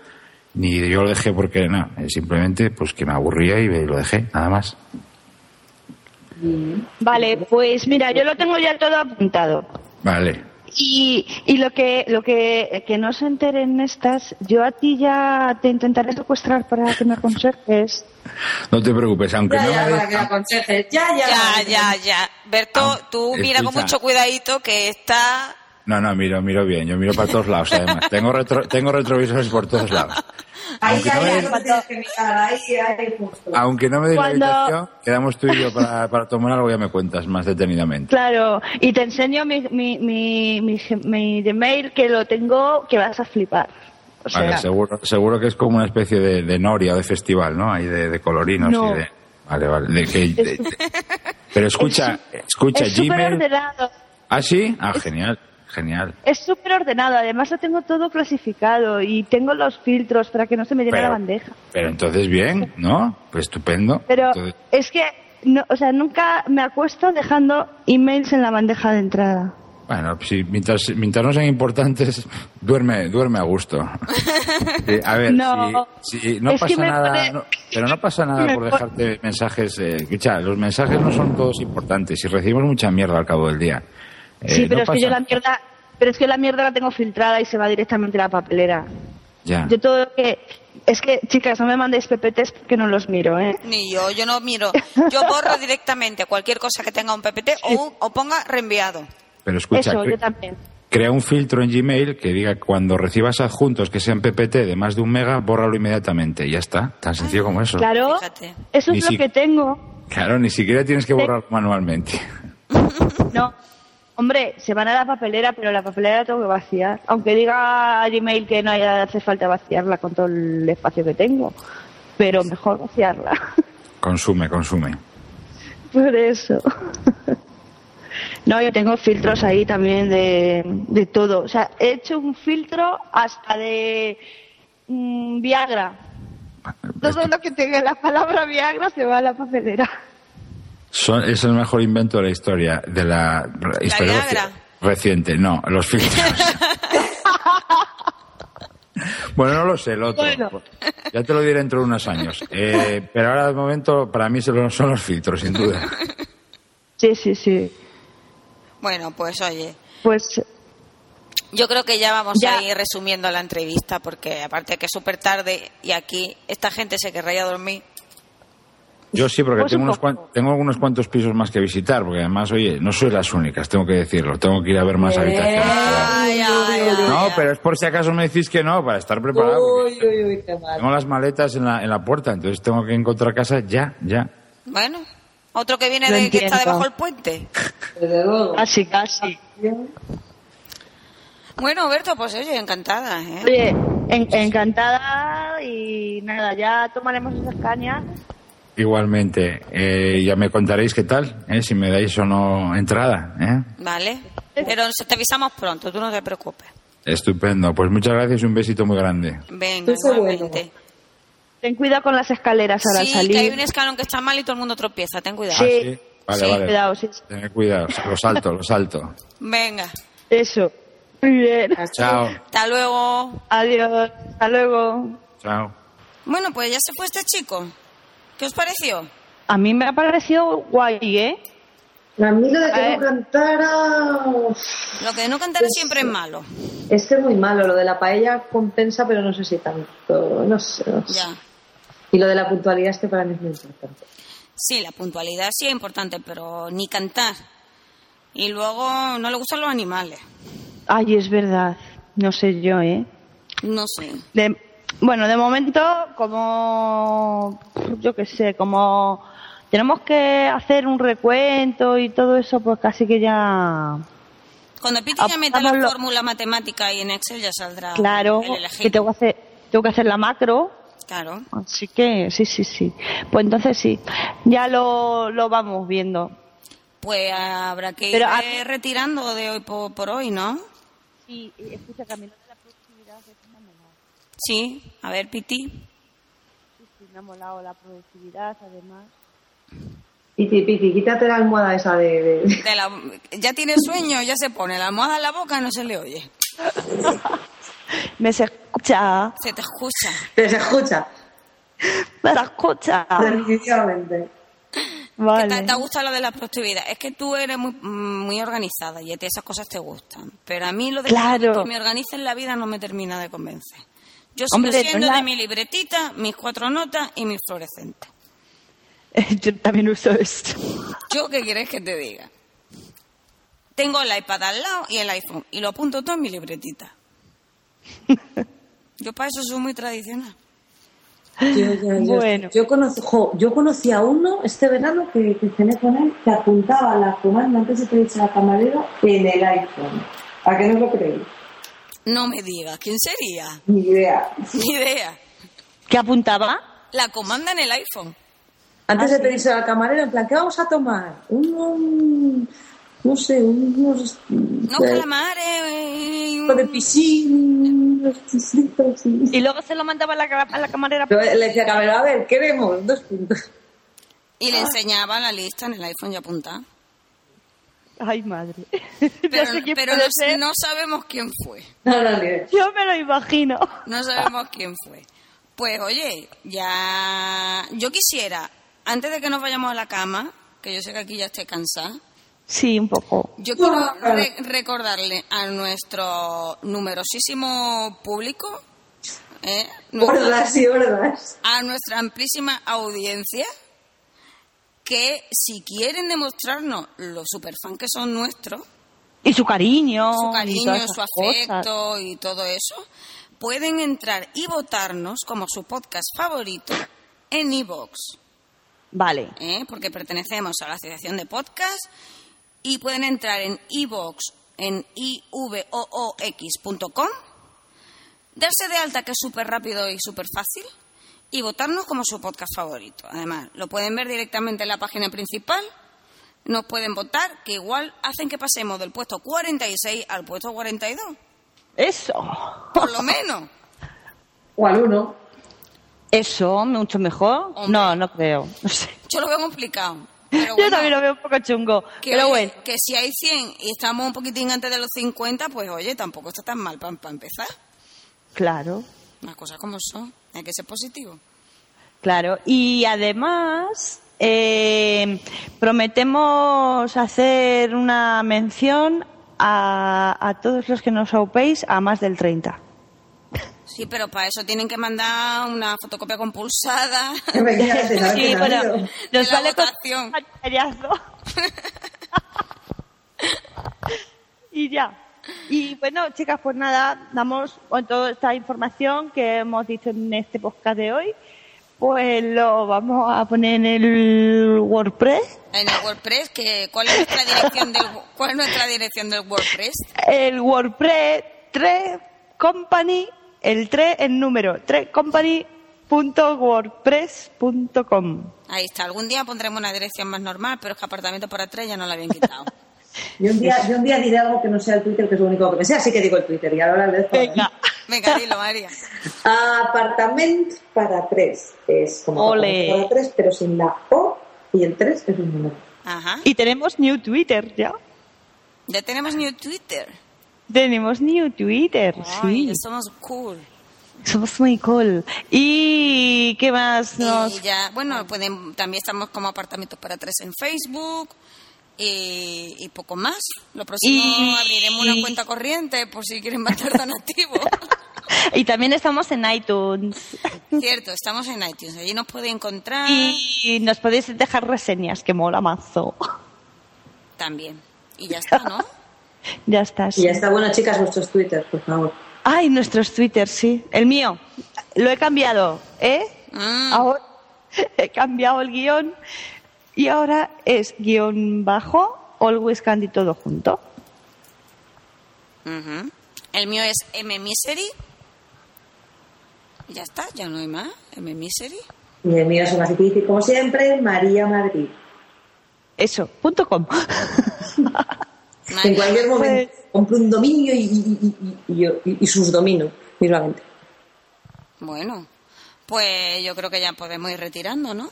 G: ni yo lo dejé porque no. eh, simplemente pues que me aburría y lo dejé, nada más.
E: Vale, pues mira, yo lo tengo ya todo apuntado.
G: Vale.
E: Y, y lo que lo que, que no se enteren estas, yo a ti ya te intentaré secuestrar para que me aconsejes.
G: No te preocupes, aunque
I: Ya,
G: no
I: ya,
G: me
I: para que la
G: des-
I: aconsejes. Ya, ya.
H: Ya,
I: para que-
H: ya, ya. Berto,
G: Ah,
H: tú mira con
G: escucha.
H: mucho cuidadito que está...
G: No, no, miro, miro bien. Yo miro para todos lados, además. tengo, retro- tengo retrovisores por todos lados.
C: Ahí,
G: Aunque no me
C: ahí,
G: des-
C: no tienes que mirar, ahí, ahí, justo.
G: Aunque no me des
E: Cuando-
G: la habitación, quedamos tú y yo para, para tomar algo, ya me cuentas más detenidamente.
E: Claro, y te enseño mi, mi, mi, mi, ge- mi Gmail que lo tengo, que vas a flipar. O sea,
G: Vale, seguro, seguro que es como una especie de, de noria, de festival, ¿no? Ahí de, de colorinos
E: No.
G: y de... Vale, vale. de que- de- de- pero escucha, escucha,
E: es súper
G: Gmail...
E: ordenado.
G: ¿Ah, sí? Ah, genial, genial.
E: Es súper ordenado, además lo tengo todo clasificado y tengo los filtros para que no se me llene la bandeja.
G: pero entonces bien, ¿no? Pues estupendo.
E: Pero
G: Entonces-
E: es que, no, o sea, nunca me acuesto dejando emails en la bandeja de entrada.
G: Bueno, si mientras, mientras no sean importantes, [laughs] duerme, duerme a gusto. Sí, a ver,
E: No.
G: si, si no
E: Es que
G: pasa
E: me
G: nada,
E: pone-
G: no- pero no pasa nada
E: Me
G: por
E: pone-
G: dejarte mensajes. eh, escucha, los mensajes no son todos importantes y recibimos mucha mierda al cabo del día. Eh,
E: sí,
G: no
E: pero es que
G: pasa-
E: yo la mierda, pero es que la mierda la tengo filtrada y se va directamente a la papelera.
G: Ya.
E: Yo todo lo que es que chicas, no me mandéis PPTs porque no los miro, ¿eh?
H: Ni yo, yo no miro. Yo borro directamente cualquier cosa que tenga un PPT o, un- o ponga reenviado.
G: Pero escucha,
E: Eso,
G: cre-
E: yo también.
G: crea un filtro en Gmail que diga cuando recibas adjuntos que sean PPT de más de un mega, bórralo inmediatamente. y Ya está, tan sencillo como eso.
E: Claro,
H: Fíjate.
E: eso
G: Ni
E: es lo
G: Ah. si-
E: que tengo.
G: Claro, ni siquiera tienes que borrar manualmente.
E: No, hombre, se van a la papelera, pero la papelera la tengo que vaciar. Aunque diga Gmail que no haya- hace falta vaciarla con todo el espacio que tengo, pero mejor vaciarla. [laughs]
G: Consume, consume.
E: Por eso. No, yo tengo filtros ahí también de, de todo. O sea, he hecho un filtro hasta de mm, Viagra. Todo lo que tenga la palabra Viagra se va a la papelera.
G: Son- es el mejor invento de la historia, de la, re- historia
H: Viagra.
G: reci- reciente. No,
E: [laughs]
G: los filtros. bueno, no lo sé, el otro.
E: Bueno.
G: Ya te lo diré dentro de unos años. Eh, pero ahora, de momento, para mí se lo- son los filtros, sin duda.
E: Sí, sí, sí.
H: Bueno, pues oye,
E: Pues
H: yo creo que ya vamos
E: Ya.
H: a ir resumiendo la entrevista porque aparte que es súper tarde y aquí esta gente se querrá ir a dormir.
G: Yo sí, porque
E: Pues
G: tengo,
E: un
G: unos
E: poco.
G: cuan- tengo unos cuantos pisos más que visitar, porque además, oye, no soy las únicas, tengo que decirlo. Tengo que ir a ver más
I: Eh.
G: habitaciones.
H: Ay, ay, ay,
G: No,
H: ay.
G: pero es por si acaso me decís que no, para estar preparado. porque-
I: Uy, uy, uy, qué mal.
G: Tengo las maletas en la, en la puerta, entonces tengo que encontrar casa ya, ya.
H: Bueno, otro que viene
E: Lo
H: de que está
E: entiendo.
H: debajo del puente.
I: Desde luego.
E: casi, casi.
H: Bueno, Berto, pues oye, encantada. ¿eh?
E: Oye, en- encantada y nada, ya tomaremos esas cañas.
G: Igualmente, eh, ya me contaréis qué tal, eh, si me dais o no entrada. eh.
H: Vale, pero nos- te avisamos pronto, tú no te preocupes.
G: Estupendo, pues muchas gracias y un besito muy grande.
H: Venga,
C: Eso bueno.
H: igualmente.
E: Ten cuidado con las escaleras ahora al
H: Sí,
E: salir.
H: que hay un escalón que está mal y todo el mundo tropieza, ten cuidado.
G: Ah,
E: Sí.
G: sí, vale,
E: Sí,
G: vale.
E: cuidado, sí.
G: Tened cuidado, lo salto, lo salto.
H: Venga,
E: Eso. Muy bien.
G: Chao,
H: hasta luego.
E: Adiós. Hasta luego.
G: chao.
H: Bueno, pues ya se fue este chico. ¿Qué os pareció?
E: A mí me ha parecido guay, ¿eh?
C: A mí lo de que
E: Eh.
C: no cantara...
H: Lo que de no
E: Pues
H: cantar siempre es malo.
C: Es que es muy malo. Lo de la paella compensa, pero no sé si tanto. No sé. no sé.
H: Ya.
C: este Y lo de la puntualidad es que para mí es muy importante.
D: Sí, la puntualidad sí es importante, pero ni cantar. Y luego no le gustan los animales.
E: Ay, es verdad. No sé yo, ¿eh?
D: No sé.
E: De- bueno, de momento, como yo qué sé, como tenemos que hacer un recuento y todo eso, pues casi que ya.
D: Cuando Piti ya meta la
E: Apuntámoslo.
D: fórmula matemática y en Excel ya saldrá
E: Claro,
D: el
E: que
D: elegido.
E: tengo que hacer, tengo que hacer la macro.
D: Claro.
E: Así que sí, sí, sí. Pues entonces sí, ya lo, lo vamos viendo.
D: Pues habrá que ir
E: Pero a-
D: eh, retirando de hoy po- por, hoy, ¿no?
E: Sí, escucha, Camilo, la productividad es
D: Sí. A ver, Piti.
E: me ha molado la productividad, además.
C: Piti, piti, quítate la almohada esa de... de-
D: De la- ya tiene sueño, ya se pone la almohada en la boca, no se le oye.
E: Me se escucha,
D: Se te escucha.
C: Pero [laughs] se escucha,
E: me se escucha.
C: definitivamente.
D: ¿Qué tal
E: Vale. [laughs]
D: ¿Te ha gustado lo de la productividad? Es que tú eres muy, mm, muy organizada y a ti esas cosas te gustan. Pero a mí lo de
E: Claro.
D: que me organicen la vida no me termina de convencer. Yo sigo
E: Hombre, no es
D: siendo
E: la-
D: de mi libretita, mis cuatro notas y mis fluorescentes.
E: Yo también uso esto.
D: ¿Yo qué quieres que te diga? Tengo el iPad al lado y el iPhone y lo apunto todo en mi
E: [laughs]
D: libretita. Yo para eso soy muy tradicional.
C: Yo, yo, yo-
E: Bueno.
C: yo, conocí, jo, yo conocí a uno este verano que, que cené con él que apuntaba la comanda antes de pedirse a la camarera en el iPhone. ¿A qué no lo creéis?
D: No me digas, ¿quién sería?
C: Ni idea.
D: [laughs] Ni idea.
E: ¿Qué apuntaba?
D: La comanda en el iPhone.
C: Antes de pedirse a la camarera, en plan, ¿qué vamos a tomar? Un, un- no sé, unos...
D: No
C: eh,
D: calamares. eh,
C: de piscina, unos chisitos y-
E: Y luego se lo mandaba a la, ca- a la camarera.
C: Yo
I: eh,
C: le decía a Camelo, a ver, queremos dos puntos. [laughs]
D: Y le enseñaba la lista en el iPhone y apuntaba.
E: Ay, madre. [laughs]
D: Pero,
E: no sé quién
D: pero
E: puede
D: no,
E: ser.
D: no sabemos quién fue.
C: No, no, ni idea.
E: Yo me lo imagino.
D: No sabemos quién fue. Pues oye, ya. Yo quisiera, antes de que nos vayamos a la cama, que yo sé que aquí ya estoy cansada,
E: Sí, un poco.
D: yo quiero re- recordarle a nuestro numerosísimo público, ¿eh? Nuestra-
C: Hordas y hordas.
D: a nuestra amplísima audiencia que si quieren demostrarnos lo superfan que son nuestros,
E: Y su cariño.
D: su
E: y
D: cariño,
E: todas
D: su
E: esas
D: afecto
E: cosas.
D: y todo eso, pueden entrar y votarnos como su podcast favorito en iVoox,
E: Vale.
D: ¿eh? porque pertenecemos a la Asociación de Podcasts y pueden entrar en iVoox, en iVoox.com, darse de alta, que es súper rápido y súper fácil, y votarnos como su podcast favorito. Además, lo pueden ver directamente en la página principal nos pueden votar, que igual hacen que pasemos del puesto 46 al puesto 42.
E: Eso.
D: Por lo menos.
C: O al uno.
E: Eso, mucho mejor.
D: Hombre.
E: No, no creo. No sé.
D: Yo lo veo complicado. Pero
E: Yo
D: bueno,
E: también lo veo un poco chungo.
D: que,
E: pero
D: oye,
E: bueno.
D: que si hay 100 y estamos un poquitín antes de los 50, pues oye, tampoco está tan mal para empezar.
E: Claro.
D: Las cosas como son. Hay que ser positivo.
E: Claro, y además eh, prometemos hacer una mención a, a todos los que nos aupéis a más del 30.
D: Sí, pero para eso tienen que mandar una fotocopia
E: [laughs]
D: compulsada.
C: Efectivamente, ¿sabes qué
E: Sí,
C: marido?
E: bueno,
D: De la
E: nos sale con
D: votación.
E: un pantallazo. [laughs] y ya. Y bueno, chicas, pues nada, damos con toda esta información que hemos dicho en este podcast de hoy, pues lo vamos a poner en el WordPress.
D: En el WordPress, que ¿cuál es nuestra dirección del, cuál es nuestra dirección del WordPress?
E: el WordPress 3 Company, el 3 en número, 3 company.wordpress.com.
D: Ahí está. Algún día pondremos una dirección más normal, pero es que apartamento para tres ya no la habían quitado.
C: Yo un, día, yo un día diré algo que no sea el Twitter, que es lo único que me sé, así que digo el Twitter y ahora le dejo.
E: Venga,
D: Venga, dilo,
E: [laughs]
D: María.
C: Apartamento para tres. Es como
E: Ole.
C: apartamento para tres, pero sin la O y el tres es un número.
D: Ajá.
E: y tenemos new Twitter ya.
D: Ya tenemos new Twitter.
E: Tenemos new Twitter,
D: Ay,
E: sí.
D: ya somos cool.
E: Somos muy cool. ¿Y qué más
D: Y
E: nos.?
D: ya, bueno, pueden, también estamos como apartamentos para tres en Facebook y, y poco más. Lo próximo
E: Y-
D: [laughs] abriremos una cuenta corriente por si quieren mandar donativos.
E: Y también estamos en iTunes.
D: Cierto, estamos en iTunes. Allí nos puede encontrar
E: Y nos podéis dejar reseñas, que mola mazo.
D: también. Y ya está, ¿no?
E: Ya estás.
C: Y ya está. Bueno, chicas, vuestros twitters, por favor.
E: Ay, nuestros Twitter, sí. El mío. Lo he cambiado, ¿eh?
D: Mm.
E: Ahora [laughs] he cambiado el guión y ahora es guión bajo, always candy todo junto.
D: Ujú. El mío es M Misery. Ya está, ya no hay más. M Misery.
C: Y el mío es más difícil, como siempre, María Madrid.
E: Eso, punto com. [laughs]
C: En
D: María.
C: cualquier momento, compré un dominio y, y- y- y- y- y sus domino, mismamente.
D: Bueno, pues yo creo que ya podemos ir retirando, ¿no?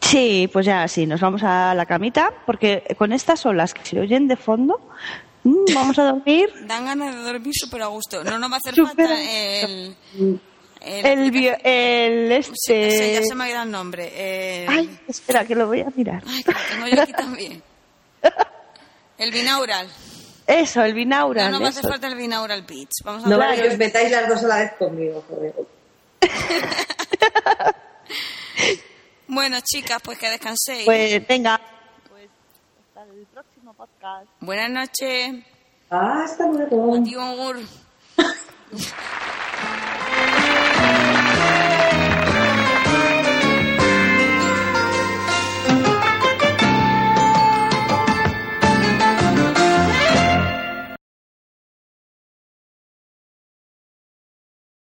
E: Sí, pues ya sí, nos vamos a la camita porque con estas olas que se oyen de fondo, mm, vamos a dormir.
D: [laughs] Dan ganas de dormir súper a gusto. No nos va a hacer
E: Súper a
D: falta
E: gusto.
D: el... el-
E: El, bio- el
D: Sí, ese
E: este.
D: ya se me ha ido el nombre. eh,
E: Ay, espera, que lo voy a mirar.
D: ay, que lo tengo yo aquí
E: [laughs]
D: también. El binaural.
E: Eso, el binaural.
D: No, no me hace
E: eso.
D: falta el binaural pitch. Vamos a
C: No
D: hablar
C: vale que os metáis las dos a la vez conmigo. joder.
D: Bueno, chicas, pues que descanséis.
E: Pues venga. Pues hasta el próximo podcast.
C: Ah,
D: Buenas noches.
C: Hasta luego.
D: Adiós.